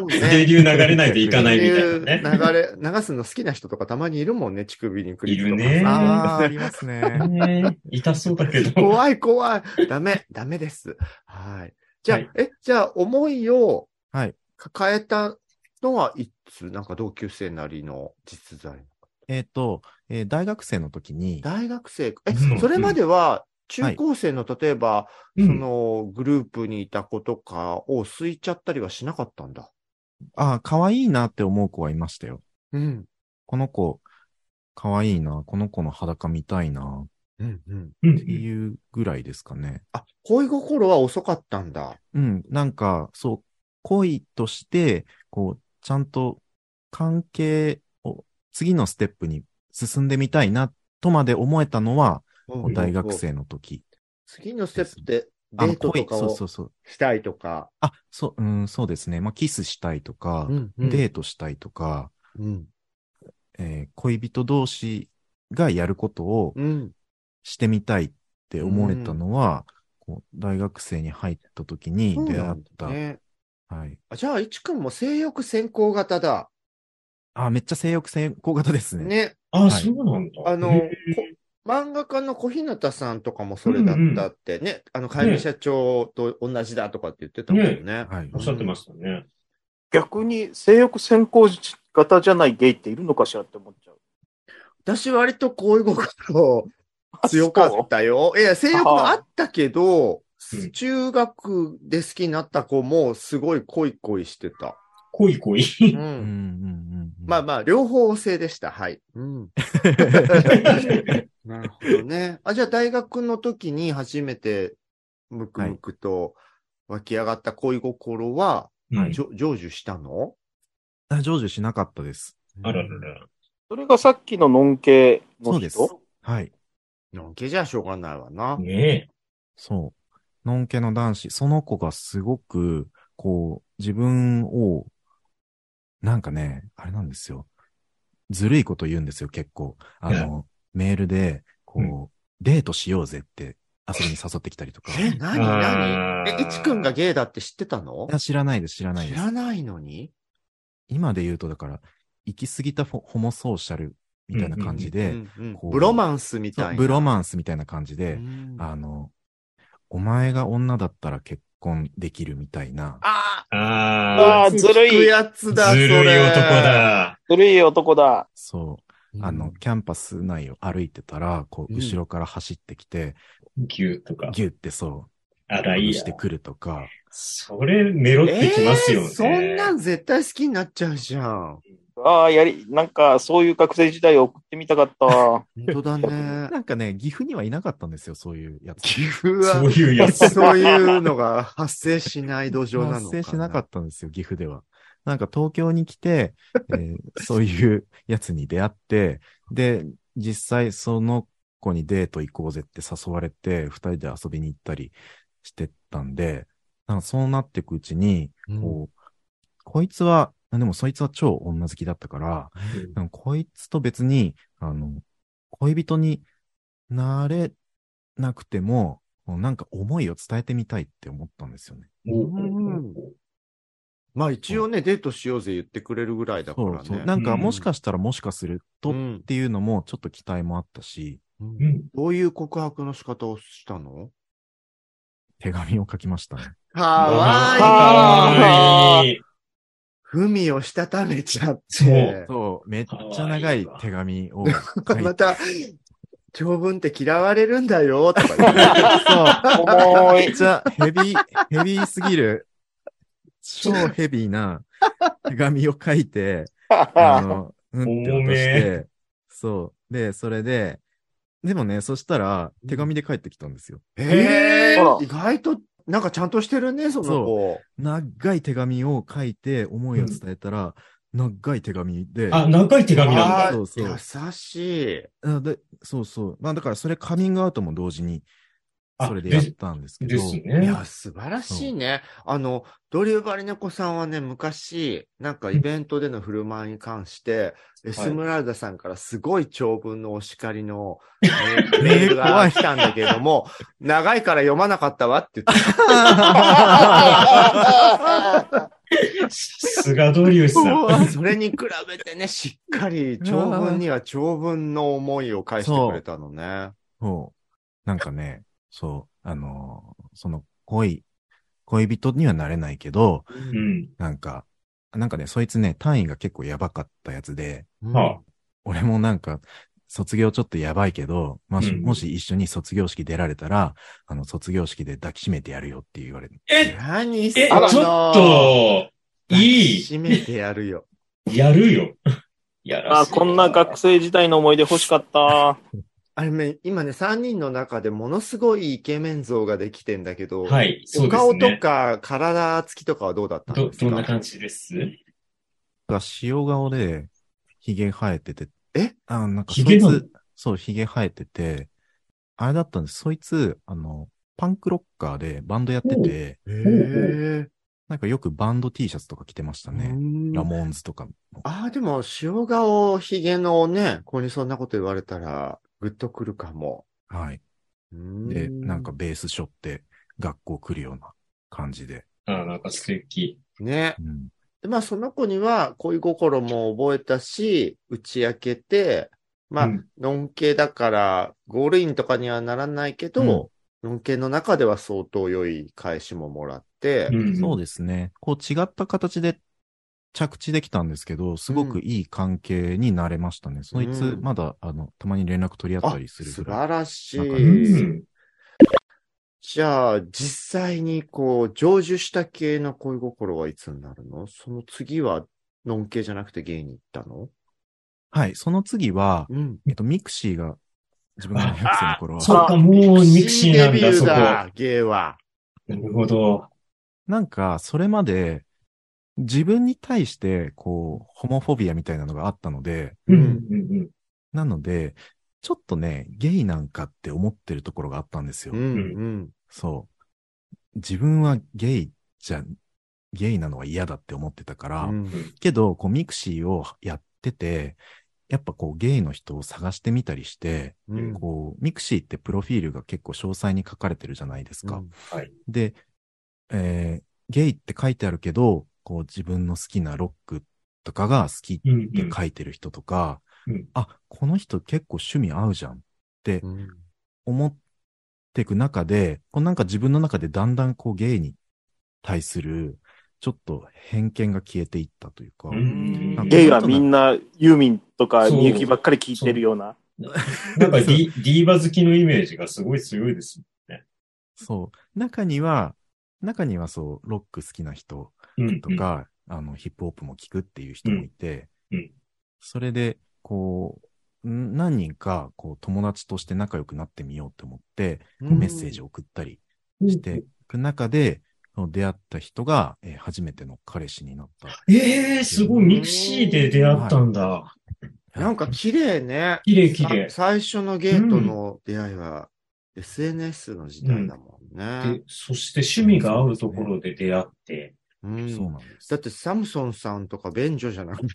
う ね
電流流れないといかないみたいなね。
流れ、流すの好きな人とかたまにいるもんね、乳首にクリップとか
いるね
さ
ああ、ありますね。
ね痛そうだけど。
怖い怖い。ダメ、ダメです。はい。じゃあ、
はい
え、じゃあ、思いを
はい
抱えたのはいつ、なんか同級生なりの実在。
えっと、えー大学生の時に、
大学生かえ、
うん
それまでは、中高生の、例えば、
う
そ
ん。
の、グループにいた子とかを吸いちゃったりはしなかったんだ。
ああ、可愛いなって思う子はいましたよ。
うん。
この子、可愛いな、この子の裸見たいな、っ
うん、うん。
う
て
ん
いうぐらいですかね。
あ、恋心は遅かったんだ。
うん、なんか、そう、恋として、こう、ちゃんと関係を、次のステップに進んでみたいな、とまで思えたのは、こう大学生の時。
次のステップでデ
あの
ートとか
そうそ
を
うそう。
したいとか。
あ、そう、うん、そうですね。まあ、キスしたいとか、
うんうん
デートしたいとか、
うん。
えー恋人同士がやることを
うん。
してみたいって思えたのは、こう大学生に入った時に
そう
出
な
会っ
ん
た。
だね。
はい。
あじゃあ、いちくんも性欲先行型だ。
あ、めっちゃ性欲先行型ですね。
ね。
あ、そうなんだ。
あの、
へ
こ漫画家の小日向さんとかもそれだったってね。あの、会議社長と同じだとかって言ってたもんね。
はい
おっしゃってましたね。
逆に性欲先行型じゃないゲイっているのかしらって思っちゃう。
私割とこういう心強かったよ。いや、性欲もあったけど
うん、
中学で好きになった子もすごい恋恋してた。
恋恋。
う
うんんうんうんうん。
まあま あ、両方性でした。はい。うん。なるほどね。あ、じゃあ大学の時に初めて、むくむくと湧き上がった恋心は、
うん
じょ成就したの
あ、成就しなかったです。
あららら。
それがさっきのノン系の人
そうですはい。
のんけじゃしょうがないわな。
ね
そう。のんけの男子、その子がすごく、こう、自分を、なんかね、あれなんですよ。ずるいこと言うんですよ、結構。あの、メールで、こう、デートしようぜって遊びに誘ってきたりとか。
え、なにな
あ
に
ー
え、いちくんがゲイだって知ってたの
いや知らないです、知らない
知
です。
らないのに
今で言うと、だから、行き過ぎたホホモソーシャルみたいな感じ
う
で、
んうん
こう
ブロマンスみたいな。
ブロ
ン
マンスみたいな感じで、あの、お前が女だったら結婚できるみたいな。
あ
え。
あ
あ
ーずるい
聞くやつだ、
あ、ずるい男だ。
ずるい男だ。
そう。
それ。
あの、キャンパス内を歩いてたら、こう、
うん
後ろから走ってきて、
牛とか。
ギュってそう、
あら、い
外
い
し
や
て。くるとか、
それ、メロってきますよ
え
ね。
ーそんなん絶対好きになっちゃうじゃん。
ああ、やり、なんかそういう学生時代を送ってみたかったわ。
本当 だね。
なんかね、岐阜にはいなかったんですよ、そういうやつ。
岐阜
そう
は、
いう やつ。
そういうのが発生しない土壌なのかな。
発生しなかったんですよ、岐阜では。なんか東京に来 て、えーそういうやつに出会って、で、実際その子にデート行こうぜって誘われて、二人で遊びに行ったりしてたんで、なんかそうなっていくうちに、
うん。
こう、こいつは、あでもそいつは超女好きだったから、でもこいつと別に、あの、恋人になれなくても、なんか思いを伝えてみたいって思ったんですよね。
うんまあ一応ね、デートしようぜ言ってくれるぐらいだからね。
そうそう。なんかもしかしたらもしかすると
う
っ
ん
ていうのもちょっと期待もあったし、
うん
うん。
どういう告白の仕方をしたの
手紙を書きましたね。
かわいい。
わ
わ
い
いい。
文をしたためちゃっ
そう
て。
そう、めっちゃ長い手紙を書い て。
また、長文って嫌われるんだよ、とか言って。
そう
重
め っ。ちゃヘビー、ヘビーすぎる、超ヘビーな手紙を書いて、あの、うんって落として、そう。で、それで、でもね、そしたら手紙で帰ってきたんですよ。
え
あら
ー、意外と、なんかちゃんとしてるね、その子。
長い手紙を書いて思いを伝えたら、長い手紙で、
あ、長い手紙なん
あ
だ。
あ
そうそう
優しい。
あでそうそう。まあだからそれカミングアウトも同時に、
あ
それでやったんですけど。
です
い
ね
や、。素晴らしいね。あの、ドリューバリネコさんはね、昔、なんかイベントでの振る舞いに関して、エスムラルダさんからすごい長文のお叱り のねメールが来たんだけれども、長いから読まなかったわって言って
さすがドリュースさ ん。
た、それに比べてね、しっかり長文には長文の思いを返してくれたのね。
そう。なんかね、そう、あのーその恋、恋人にはなれないけど、
うん。
なんか、なんかね、そいつね、単位が結構やばかったやつで、
うん
は
俺もなんか、卒業ちょっとやばいけど、まあし
うん
もし一緒に卒業式出られたら、あの、卒業式で抱きしめてやるよって言われる。
え、
何そ
え、ち
の
ょっと、いい、
締めてやるよ。
やるよ。 やら
あ、
せて
こんな学生時代の思い出欲しかった。
あれね、今ね、3人の中でものすごいイケメン像ができてんだけど、
はい、そう
お
です
顔と
ね。
か体つきとかはどうだったん
ど、
ですか
どんな感じです
が、塩顔で、髭生えてて、
え
あなんかそ
髭
い
なの
つ、そう、髭生えてて、あれだったんです。そいつ、あの、パンクロッカーでバンドやってて、
へ
なんかよくバンド T シャツとか着てました
ー
ね。
うん
ラモーンズとかも。
ああ、でも、塩顔、ひげのね、子にそんなこと言われたら、ぐっとくるかも。
はい。
うん
で、なんか。ベース背負って学校来るような感じで。
あ、なんか素敵。
ね。
うん
で、まあ、その子には恋心も覚えたし、打ち明けて、まあ、
うん
ノン系だから、ゴールインとかにはならないけど、ノン系の中では相当良い返しももらって、
うん。
そう
う
ですね。こう違った形で着地できたんですけど、すごくいい関係になれましたね。そいつ
う、ん
まだ、あの、たまに連絡取り合っ
あ
たりする
素
ぐらい。
晴らし
なんか
い。
ん。
じゃあ、実際にこう、成就した系の恋心はいつになるのその次は、ノン系じゃなくて芸に行ったの
はい。その次は、
うん。
えっと、ミクシーが、自分が大学生の頃は、
そうか、もうミクシーなん
ミク
だ、
シーデビュー
そこ。な
だ、芸は。
るほど。
なんか、それまで、自分に対して、こう、ホモフォビアみたいなのがあったので、
うん、うん、
なので、ちょっとね、ゲイなんかって思ってるところがあったんですよ。
うん、うん。
そう。自分はゲイじゃ、ゲイなのは嫌だって思ってたから、
うん
けど、こう、ミクシーをやってて、やっぱこう、ゲイの人を探してみたりして、
うん
こう、ミクシーってプロフィールが結構詳細に書かれてるじゃないですか。で、えーゲイって書いてあるけど、こう自分の好きなロックとかが好きっ
うん。うん、う
て
ん。
書いてる人とか、
うん
あ、この人結構趣味合うじゃんって
うん
思っていく中で、こうなんか自分の中でだんだんこうゲイに対する、ちょっと偏見が消えていったというか、
うん
なんか
ゲイはみんなユーミンとか
そう
みゆきばっかり聞いてるような。
なんかディディーバ好きのイメージがすごい強いです。
そう、中には、中にはそう、ロック好きな人
うん。
とか、あの、ヒップホップも聞くっていう人もいて、
うんうん
それで、こう、ん何人か、こう、友達として仲良くなってみようと思って、こうメッセージを送ったり
うん、
していく中で、その出会った人が、えー初めての彼氏になった。
ええー、すごい、ミクシーで出会ったんだ。
なんか綺麗ね。
綺麗綺麗
さ。最初のゲートの出会いは、SNS の時代だもんね
で。そして趣味が合うところで出会って、
うん
そうなんです。
だってサムソンさんとか便所じゃなくて。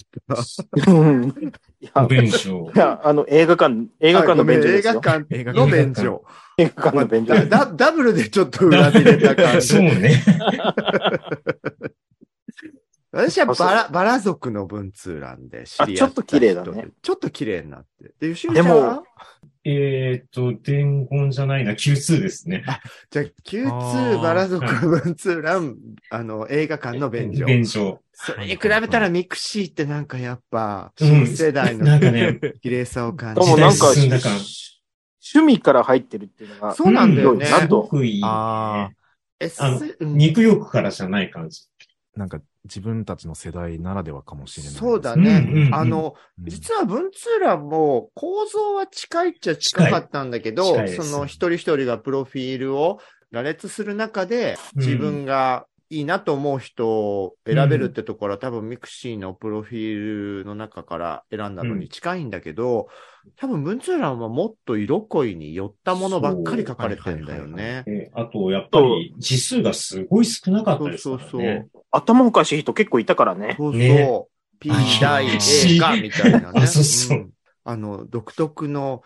いや
お、弁 償
い。やあの、映画館、映
映
画館の便所です
映
よ。
画館の便所。
映画館の便所
だだダブルでちょっと裏切れた感じ
そう。ね。
私はバ
あ
ラ
そ
バラ族の文通欄で知り合
あちょっと綺麗だね
った人でちょっと綺麗になって。で、吉見ちゃんは
えーっと、伝言じゃないな、Q2 ですね。
じゃあ、
あ
Q2
ー
バラ族の文通欄、あの、映画館の便所。
弁償。
それに比べたらミクシーってなんかやっぱ、
うん
新世代
なん
の
かね、
綺麗さを感
で
じ
も
時
て。
なん
代
か、
進んだ感
趣味から入ってるっていうの が、
そうなんだよね。
うん
すごくいい。
ああ、
S
あの
うん
肉欲からじゃない感じ。
なんか自分たちの世代ならではかもしれないです。
そうだね。
うんうんうん
あの、
うん、
実は文通欄も構造は近いっちゃ近かったんだけど
近い、近いで
そ
す
の一人一人がプロフィールを羅列する中で、
うん
自分がいいなと思う人を選べるってところは、多分ミクシーのプロフィールの中から選んだのに近いんだけど、多分文通欄はもっと色恋に寄ったものばっかり書かれてんだよね。
えあと、やっぱり、字数がすごい少なかった
そう
です
そ
か
う
ら
そう。
ね。
頭おかしい人結構いたからね。
そうそう。
ね
P
あー
大 A か、みたいなね。
あそうそうん
あの、独特の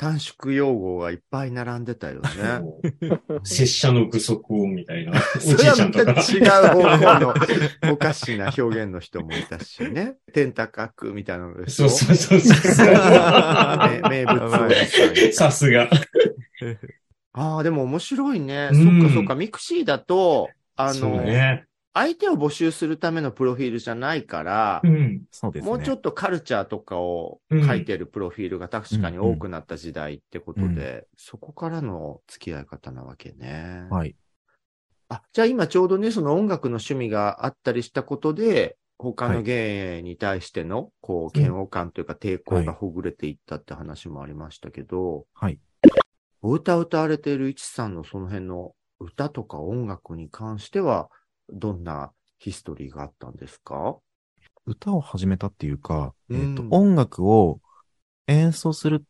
短縮用語がいっぱい並んでたよね。
そう拙者の具足をみたいな、 おじ
そ
い
れは
ちゃ
ま
んと
た
か。
違う方向のお かしな表現の人もいたしね。天高くみたいなのでし
そ
ょ
うそうそ うそう。
名名 物
さすが。
ああ、でも面白いね。
うん
そっかそっか。ミクシーだと、あ
そう
の、
ね。
相手を募集するためのプロフィールじゃないから
う、ん。
そうですね。
もうちょ
と。
っとカルチャーとかを書いてるプロフィールが確かに多くなった時代ってことで、
うんうんう
そこからの付き合い方なわけね。
はい。
あ、じゃあ今ちょうどね、その音楽の趣味があったりしたことで、他の芸に対しての、こう、嫌悪感というか抵抗がほぐれていったって話もありましたけど、
はい。
お歌を歌われているいちさんのその辺の歌とか音楽に関しては、どんなヒストリーがあったんですか
歌を始めたっていうか、えっ、と、
うん
音楽を演奏する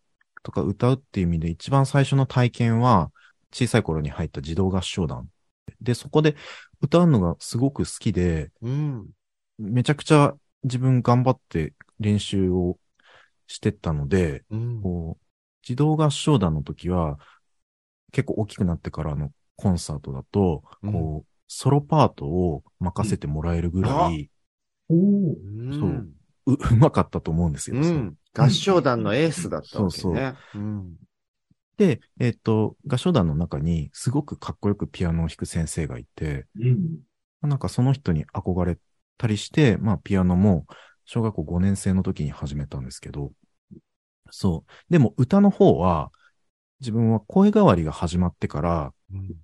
とか歌うっていう意味で一番最初の体験は、小さい頃に入った児童合唱団。で、そこで歌うのがすごく好きで、
うん。
めちゃくちゃ自分頑張って練習をしてったので、
うん。
こう、児童合唱団の時は、結構大きくなってからのコンサートだと、
うん
こう、ソロパートを任せてもらえるぐらい、
おー
うん
そうう、うまかったと思うんですよ。
う
その
ん。合唱団のエースだったわけね。
そうそう
うん。
で、えっ、と、合唱団の中にすごくかっこよくピアノを弾く先生がいて、
うん。
なんかその人に憧れたりして、まあピアノも小学校5年生の時に始めたんですけど、そう。でも歌の方は、自分は声変わりが始まってから、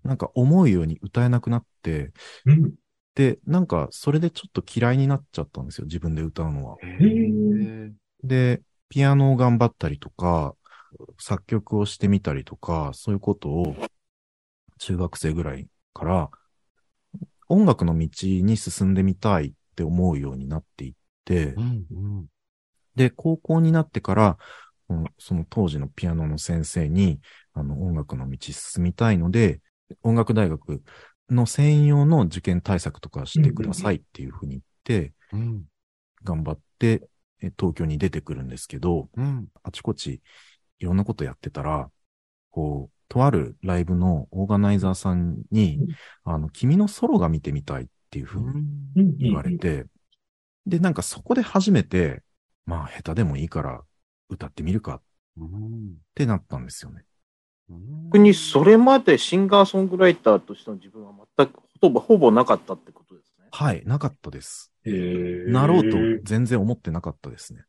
なんか思うように歌えなくなって、
うん。
で、なんかそれでちょっと嫌いになっちゃったんですよ、自分で歌うのは。
へ
で、ピアノを頑張ったりとか、作曲をしてみたりとか、そういうことを中学生ぐらいから音楽の道に進んでみたいって思うようになっていって
う、ん。うん。
で、高校になってから、うんその当時のピアノの先生に、あの、音楽の道進みたいので、音楽大学の専用の受験対策とかしてくださいっていうふうに言って、
うん。
頑張って、え東京に出てくるんですけど、
うん。
あちこちいろんなことやってたら、こう、とあるライブのオーガナイザーさんに
うん、
あの、君のソロが見てみたいっていうふうに
うん
言われ。て、で、なんかそこで初めて、まあ、下手でもいいから歌ってみるかっ
うん
てなったんですよね。
逆にそれまでシンガーソングライターとしての自分は全くほとぼほぼなかったってことですね。
はい、なかったです。
えー
なろうと全然思ってなかったですね。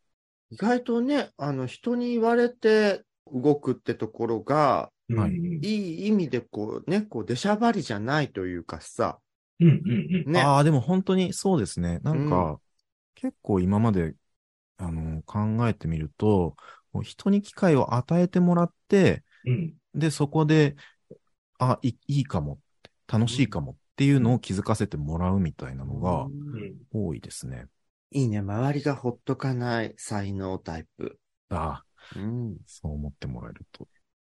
意外とね、あの、人に言われて動くってところが、
うん
はい
うん
いい意味でこうね、こう、出しゃばりじゃないというかさ、
うんうん。
ね。
ああ、でも本当にそうですね。なんか、結構今まで、あの、考えてみると、こう人に機会を与えてもらって、
うん。
で、そこで、あ、いいいかも、楽しいかもっていうのを気づかせてもらうみたいなのが
うん。
多いですね。
いいね、周りがほっとかない才能タイプ。
ああ、
うん。
そう思ってもらえると。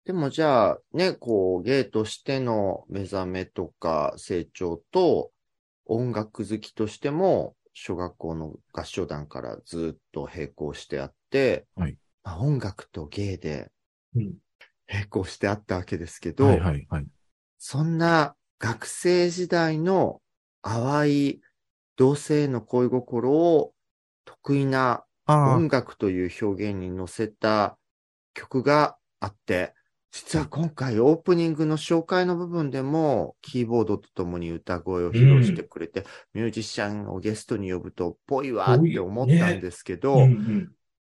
でもじゃあ、ね、こう、芸としての目覚めとか成長と、音楽好きとしても、小学校の合唱団からずっと並行してあって、
はい
まあ、音楽と芸で
うん。
並行してあったわけですけど、
はいはいはい。
そんな学生時代の淡い同性への恋心を得意な
あ
音楽という表現に乗せた曲があって、実は今回オープニングの紹介の部分でもキーボードとともに歌声を披露してくれて、ミュージシャンをゲストに呼ぶとぽいわって思ったんですけ
う
ど、
ん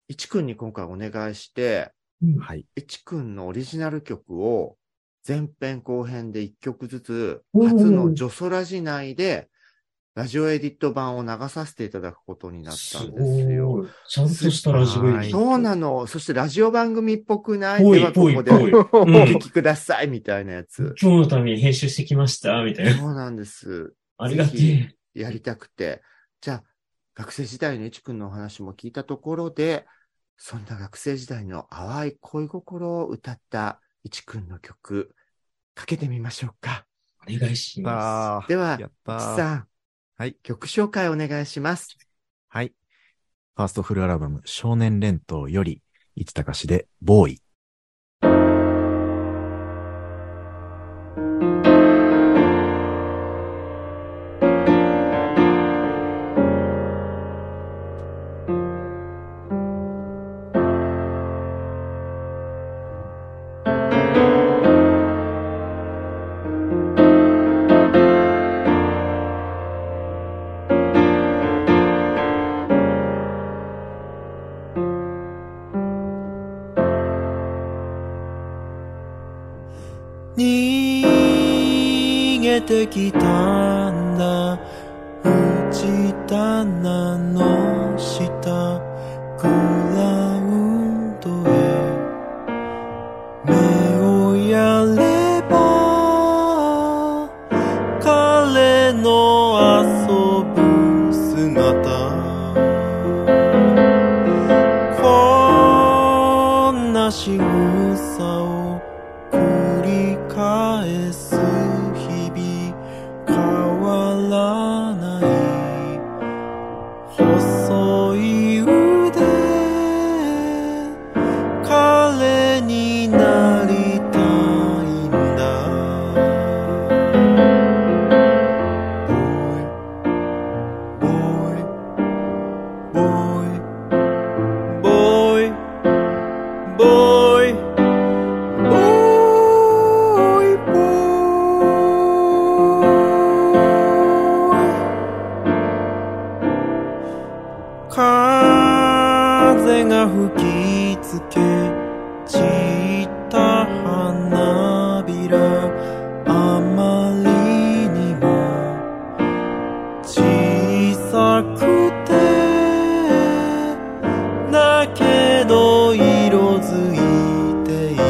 いちくんに今回お願いして、
うん
あ。はい。
いちくんのオリジナル曲を前編後編で1曲ずつ、
おー
初のジョソラジ内でラジオエディット版を流させていただくことになったんですよ。
ごい。ちゃんとしたラジオ入り
そうなの。そしてラジオ番組っぽくない
ぽ
で
い
はこ
ぽい
こで
ぽい。
お
うん
聞きくださいみたいなやつ。
今日のために編集してきました、みたいな。
そうなんです。
ありがてえ。
やりたくて。じゃあ、学生時代のいちくんのお話も聞いたところで、そんな学生時代の淡い恋心を歌ったいちくんの曲、かけてみましょうか。
お願いしま
あー
では、
やっ
ち
たー
さん。
はい
曲紹介お願いします。
はい。ファーストフルアルバム、少年連投より、市高しで、ボーイ。
逃げてきたんだ打ち棚の下グラウンドへ目をやれば彼の遊ぶ姿こんな仕草を繰り返す日々変わらない細い腕彼になりたいんだ Boy Boy Boy Boy Boy Boy, boy 風が吹きつけ散った花びらあまりにも小さくてだけど色づいている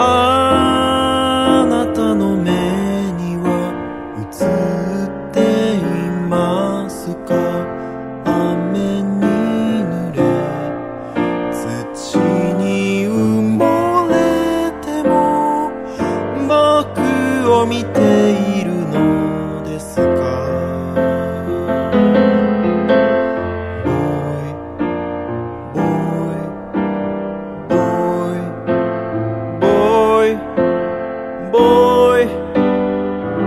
あなたの目には映っていますか雨に濡れ土に埋もれても僕を見ているのですか Boy, boy,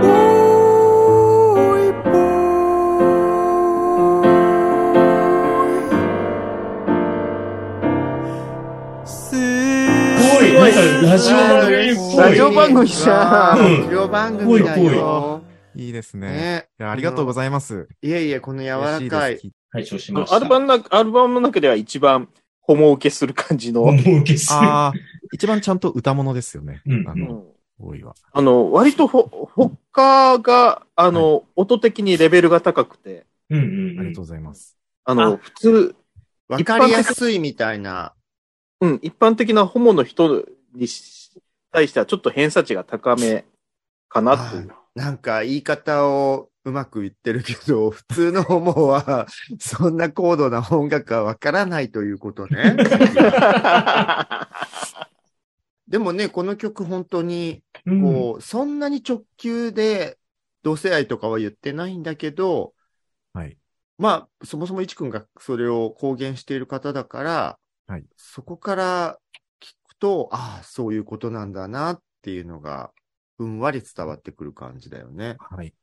boy, boy, boy, boy,
す。ないんかラジオ番
boy. すご
組っぽい。
ラジオ番組じゃ
ん
ラジオ番組だよ。
いいですね。
ね。
いやありがとうございます。
いえいえ、この柔らかい
嬉。しです。
拝聴しまし た。
アルバムの中アルバムの中では一番、ホモ受けする感じの、
もう受けする。
ああ、一番ちゃんと歌物ですよね。
うん
あ
う
の、
ん
ボーイは。
あの、割とほ、他が、あの、音的にレベルが高くて、
うんうん
あ
う
りが
ん
とうございます。
あの、普通、
わかりやすいみたいな。
うん、一般的なホモの人にし対してはちょっと偏差値が高めかなっていう。
なんか言い方をうまく言ってるけど、 普通のホモは、そんな高度な 音楽はわからないということね。でもね、この曲本当に、
うん。
こう、そんなに直球で同性愛とかは言ってないんだけど、
はい。
まあ、そもそもいちくんがそれを公言している方だから、
はい
そこから聞くと、ああ、そういうことなんだなっていうのが、ふんわり伝わってくる感じだよね。
はい。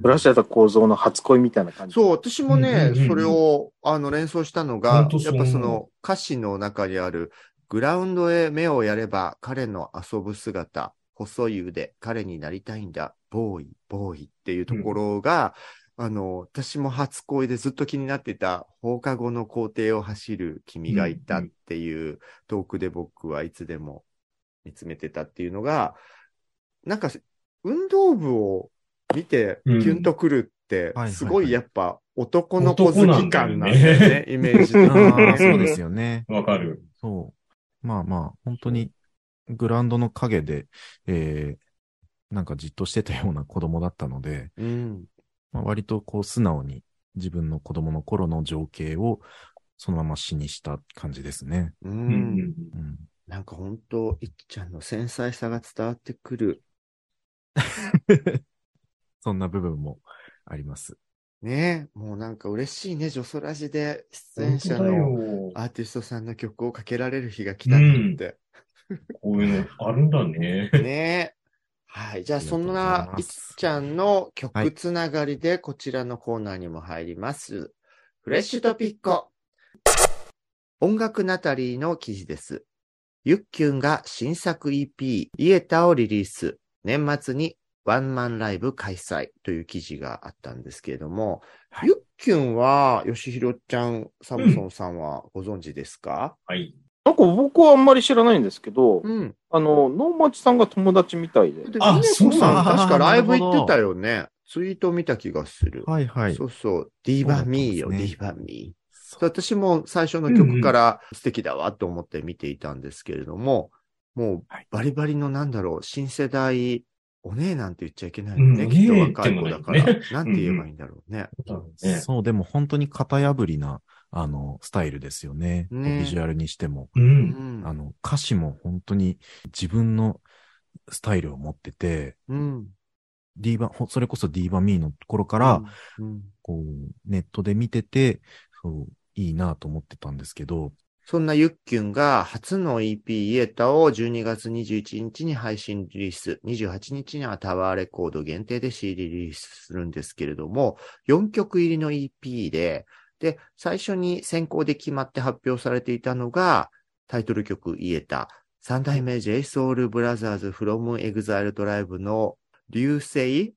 ブラッシュだった構造の初恋みたいな感じ。
そう、私もね
うんうんうんう、ん
それをあの連想したのが
本、当そ
や
う
っぱその歌詞の中にある、グラウンドへ目をやれば彼の遊ぶ姿、細い腕、彼になりたいんだ、ボーイ、ボーイっていうところが、あの、私も初恋でずっと気になってた放課後の校庭を走る君がいたっていうトークで僕はいつでも見つめてたっていうのが、なんか運動部を見てキ
うん
ュンとくるっ
はい
て
はいは、い
すごいやっぱ男の子好き感なんだよね、イメージ
あ
的に
ー
ね。
そうですよね。
わかる。
そう。まあまあ、本当に、グラウンドの影で、えー、なんかじっとしてたような子供だったので、
うん。
まあ、割とこう素直に自分の子供の頃の情景をそのまま詩にした感じですね。
う
うん
ん。
うん、
なんか本当、いっちゃんの繊細さが伝わってくる。
そんな部分もあります。
ねもうなんか嬉しいね、女装ラジで出
本
演者
当だ
の
よ。
アーティストさんの曲をかけられる日が来たなんて。
こういうのあるんだね。
ねはい。じゃ
あ
あ、
りが
そ
とうご
ん
ざい
な
ま、
い
す
つちゃんの
は
曲
い
つながりで、こちらのコーナーにも入ります。フレッシュトピッコ。音楽ナタリーの記事です。ゆっきゅんが新作 EP、イエタをリリース。年末にワンマンライブ開催という記事があったんですけれども、
はい
ゆっきゅんは、よしひろちゃん、サムソンさんはご存知ですか
はい。
なんか僕はあんまり知らないんですけど、
うん。
あの、能町さんが友達みたいで。
で、
あ
峰
そう
子さ、
なんん
だ
確かライブ行ってたよね。ツイート見た気がする。
はいはい。
そうそう。ディーバミーよ、
そうだったんで
デ
すね
ィーバミー。
そう
私も最初の曲から素敵だわと思って見ていたんですけれども、もう
はい
バリバリのなんだろう、新世代、お姉なんて言っちゃいけないよ
う
ね。
ん
きっと
お姉
若い子だから。
で
なんて言えばいいんだろうね。
ね
そう、でも本当に型破りな、あの、スタイルですよね。
ね
ビジュアルにしても。
う。
うん
あ
ん。
の、歌詞も本当に自分のスタイルを持ってて、
うん。
ディーバ、ほそれこそディーバミーの頃か、、
からうん
こう、ネットで見てて、そう、いいなと思ってたんですけど、
そんなゆっきゅんが初の EP イエタを12月21日に配信リリース、28日にはタワーレコード限定で CD リリースするんですけれども、4曲入りの EP で、で、最初に先行で決まって発表されていたのが、タイトル曲イエタ、三代目 JSOULBROTHERS from Exile Tribe の流星
流星で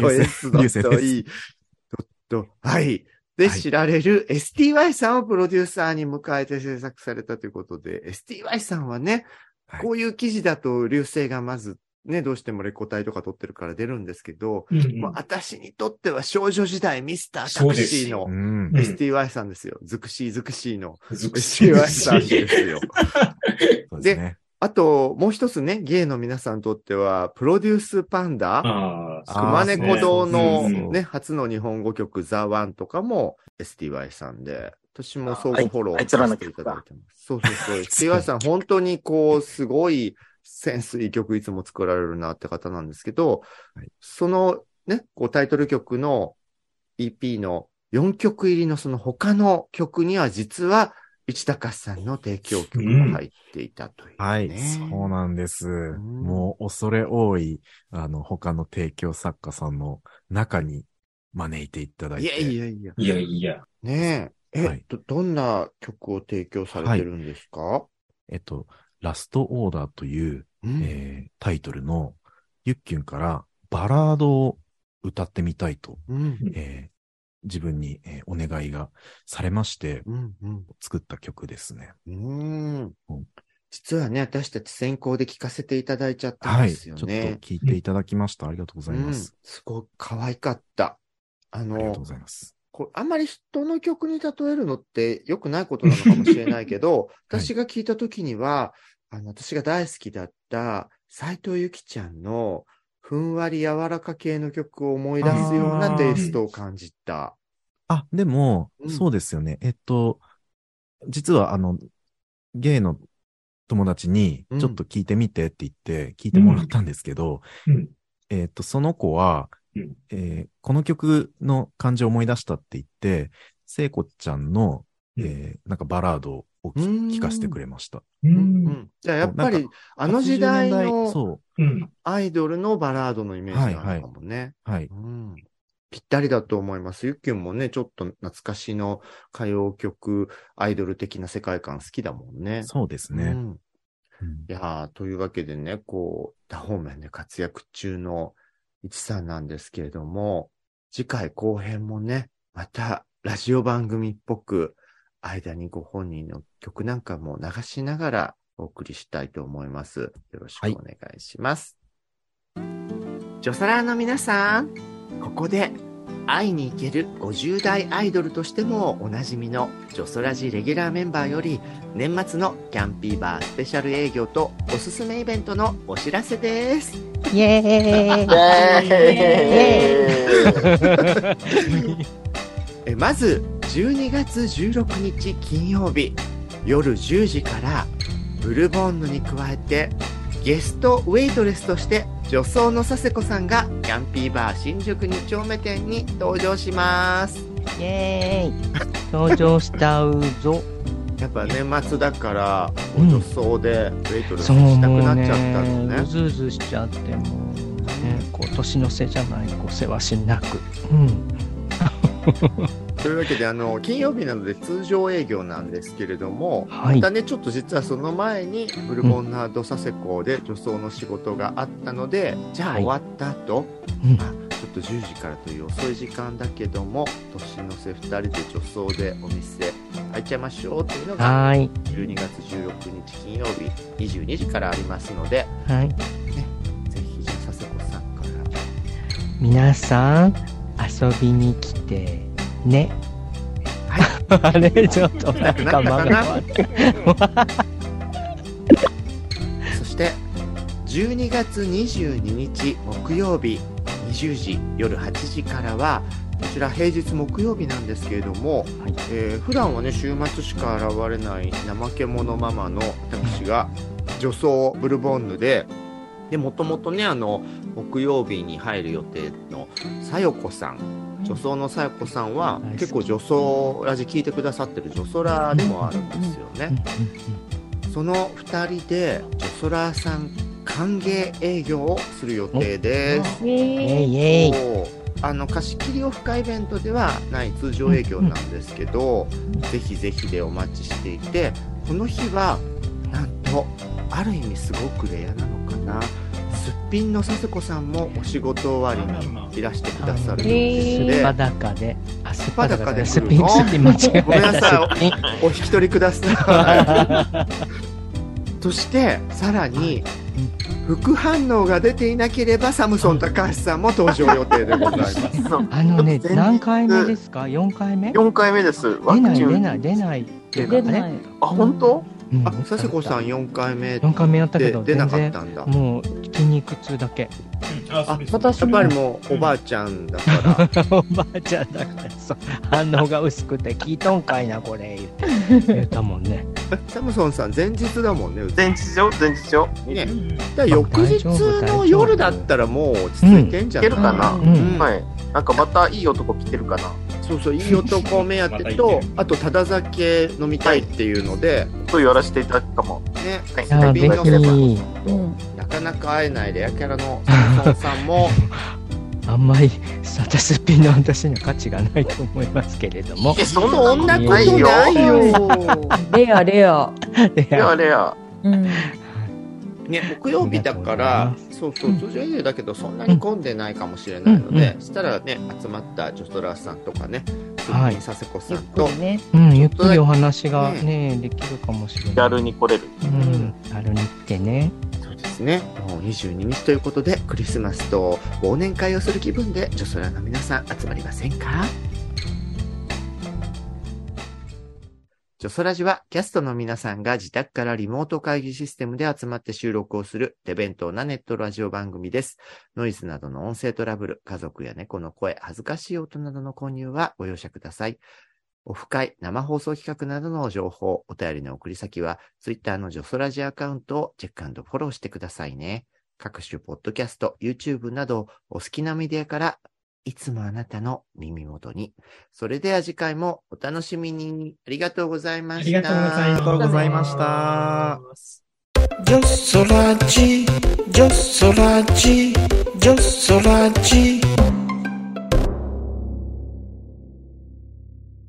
r.y.u.s.e
す
はい。で、
はい
知られる STY さんをプロデューサーに迎えて制作されたということで、STY さんはね、
はい
こういう記事だと流星がまず、ね、どうしてもレコ大とか撮ってるから出るんですけど、
うん
もう私にとっては少女時代ミスター
そ
タク
うで
シ
す
ーの
う、ん。
うん
STY さんですよ。ズクシーズクシーの
ずくし
STY さんですよ。
そうですね。
あと、もう一つね、芸の皆さんにとっては、プロデュースパンダ、
ああ、
熊猫堂の
そうですね
ね、初の日本語曲ザ・ワンとかも STY さんで、私も相互フォロ
ああい
ー
つ
さ
ら
せ
の
てい
曲
た
だ
だいてます。そう そうそう。STY さん本当にこう、すごいセンスいい曲いつも作られるなって方なんですけど
はい、
そのね、こうタイトル曲の EP の4曲入りのその他の曲には実は市高さんの提供曲も入っていたという、ね
はい、そうなんです。
ん
もう恐れ多い、あの、他の提供作家さんの中に招いていただい
い
て。
やいやいや。
いやいや。
ねえ。え、
はい
ど、どんな曲を提供されてるんですか、
えっと、ラストオーダーという、
うん
えータイトルのゆっきゅんからバラードを歌ってみたいと、
うん、
えー自分に、えーお願いがされまして
うん、うん
作った曲ですね。
うん
うん。
実はね、私たち先行で聴かせていただいちゃったん
は
で
い。
す
ちょ
よ
っと
ね。
聞いていただきました。ありがとうござい
うん、
ます
す。ごい可愛かった。あ
ありがとう
の
ございます。
こう、あんまり人の曲に例えるのって良くないことなのかもしれないけど、
はい
私が聞いた時には、あの、私が大好きだった斉藤由貴ちゃんのふんわり柔らか系の曲を思い出すようなテイストを感じた。
あ、でも、
うん
そうですよね。えっと、実はあの、ゲイの友達に
うん、
ちょっと聞いてみてって言って、聞いてもらったんですけど、
うん。
えっと、その子は
うん、
えーこの曲の感じを思い出したって言って、聖子ちゃんの、
うん
えーなんかバラードをき
うん
聞かせてくれました。
う。
うんうんんじゃあやっぱ
なん
り、あの時代
80年代
の
そ
うん。
アイドルのバラードのイメージなのかもね。
う。はい。
うんぴったりだと思います。ゆっきゅんもね、ちょっと懐かしの歌謡曲、アイドル的な世界観好きだもんね。
そうですね。
うん
うん
いやーというわけでね、こう、多方面で活躍中の一さんなんですけれども、次回後編もね、またラジオ番組っぽく、間にご本人の曲なんかも流しながらお送りしたいと思います。よろしくお
はい
願いします。ジョサラーの皆さん、ここで会いに行ける50代アイドルとしてもおなじみのジョソラジレギュラーメンバーより年末のキャンピーバースペシャル営業とおすすめイベントのお知らせです。
イエーイ
えまず12月16日金曜日夜10時からブルボンヌに加えてゲストウェイトレスとして女装の佐世子さんがキャンピーバー新宿2丁目店に登場します。
イエーイ登場しちゃうぞ。
やっぱ年末だから、
うん
女装でウェイトレス
そう
したく
も
な
う
っ
ね
ちゃったのね。
うずうずしちゃってもう、ね、こう年の瀬じゃないこうせわしなく、うん、
というわけであの金曜日なので通常営業なんですけれども、
はい
またねちょっと実はその前にブルボンナード・佐世子で女装の仕事があったので、じゃあ
はい
終わった後、
うん
まあちょっと10時からという遅い時間だけども年の瀬2人で女装でお店開いちゃいましょうというのが
はーい
12月16日金曜日22時からありますので
はい
ぜひじゃあ佐世子さんから
皆さん遊びに来てね
は
あれちょっとなんか間が悪い
そして12月22日木曜日20時夜8時からはこちら平日木曜日なんですけれども、
はい
えー普段はね週末しか現れない怠け者ママの私が女装ブルボンヌで。でもともとねあの木曜日に入る予定のさよこさん女装のさよこさんは
うん
結構女装ラジ聞いてくださってる女装ラでもあるんですよね。その2人でジョソラーさん歓迎営業をする予定です。
イエイイエイ
おーあの貸し切りオフ会イベントではない通常営業なんですけど、ぜひぜひでお待ちしていてこの日はなんとある意味すごくレアなのかなすっぴんの佐世子さんもお仕事終わりにいらしてくださるようです
す
ので、
っぱだかで、あ、すっぱだかで、
す
す
っ
っ
ぱ
ぴ
だ
ん、
か
す
で来
っぴ
る
ん
の
間違え
ごめんな
た、す
さ
っぴん。
お引き取りください。そしてさらに副反応が出ていなければサムソン高橋さんも登場予定でございます。
あのね、
前日
何回目ですか ?4 回目
4回目です。ワク
出ない、
チ
出
ン。
ない、出ない。
出
な
ないい。
ね
あ、本当
うん
あ、佐世子さん4回目
4回目やったけ
で
ど、
出な
全
かっ
然、
たんだ。
もう筋肉痛だけ。
あ
やっぱりもうおばあちゃんだ から。
おばあちゃんだからそう反応が薄くて、聞いとんかいな、これ、言って言ったもんね。
サムソンさん前日だもんね。うち
前日上前日上
ね。だから翌日の夜だったらもう落ち着いてんじ
い
ゃ
け
ない
るかな、
うん
はい。なんかまたいい男来てるかな
そうそう、いい男目当て と、あとただ酒飲みたいっていうので、
とやらせていただくかも。
ね、
はい
いや、ぜひ、
なかなか会えないレアキャラのサムソンさん も、
あんまり、サタスピの私には価値がないと思いますけれども
い。や、そん
そんな
な
こ
ことと
な
ないい
よ
よ。
レアレア。
レアレア。
うん。
ね、木曜日だか
あ
ら
りがとうござい、
そうそう、通常営業だけど、そんなに混んでないかもしれないので、したらね、集まったジョストラーさんとかね、すっ
は
ぴ
い
ん佐世子
ゆ
さ
っ
ん
く
と、
りね。
うん、ゆっくりお話がね、できるかもしれない。
気軽に来れる。
うん、あるにってね。
そうですね、もう22日ということで、クリスマスと忘年会をする気分で、ジョストラーの皆さん集まりませんかジョソラジはキャストの皆さんが自宅からリモート会議システムで集まって収録をする手弁当なネットラジオ番組です。ノイズなどの音声トラブル、家族や猫の声、恥ずかしい音などの購入はご容赦ください。オフ会、生放送企画などの情報、お便りの送り先は、ツイッターのジョソラジアカウントをチェックフォローしてくださいね。各種ポッドキャスト、YouTube など、お好きなメディアから、いつもあなたの耳元に。それでは次回もお楽しみに。ありがとうございました。
ありがとうございました
ありがとうございました。
ジョソラジジョソラジジョソラジ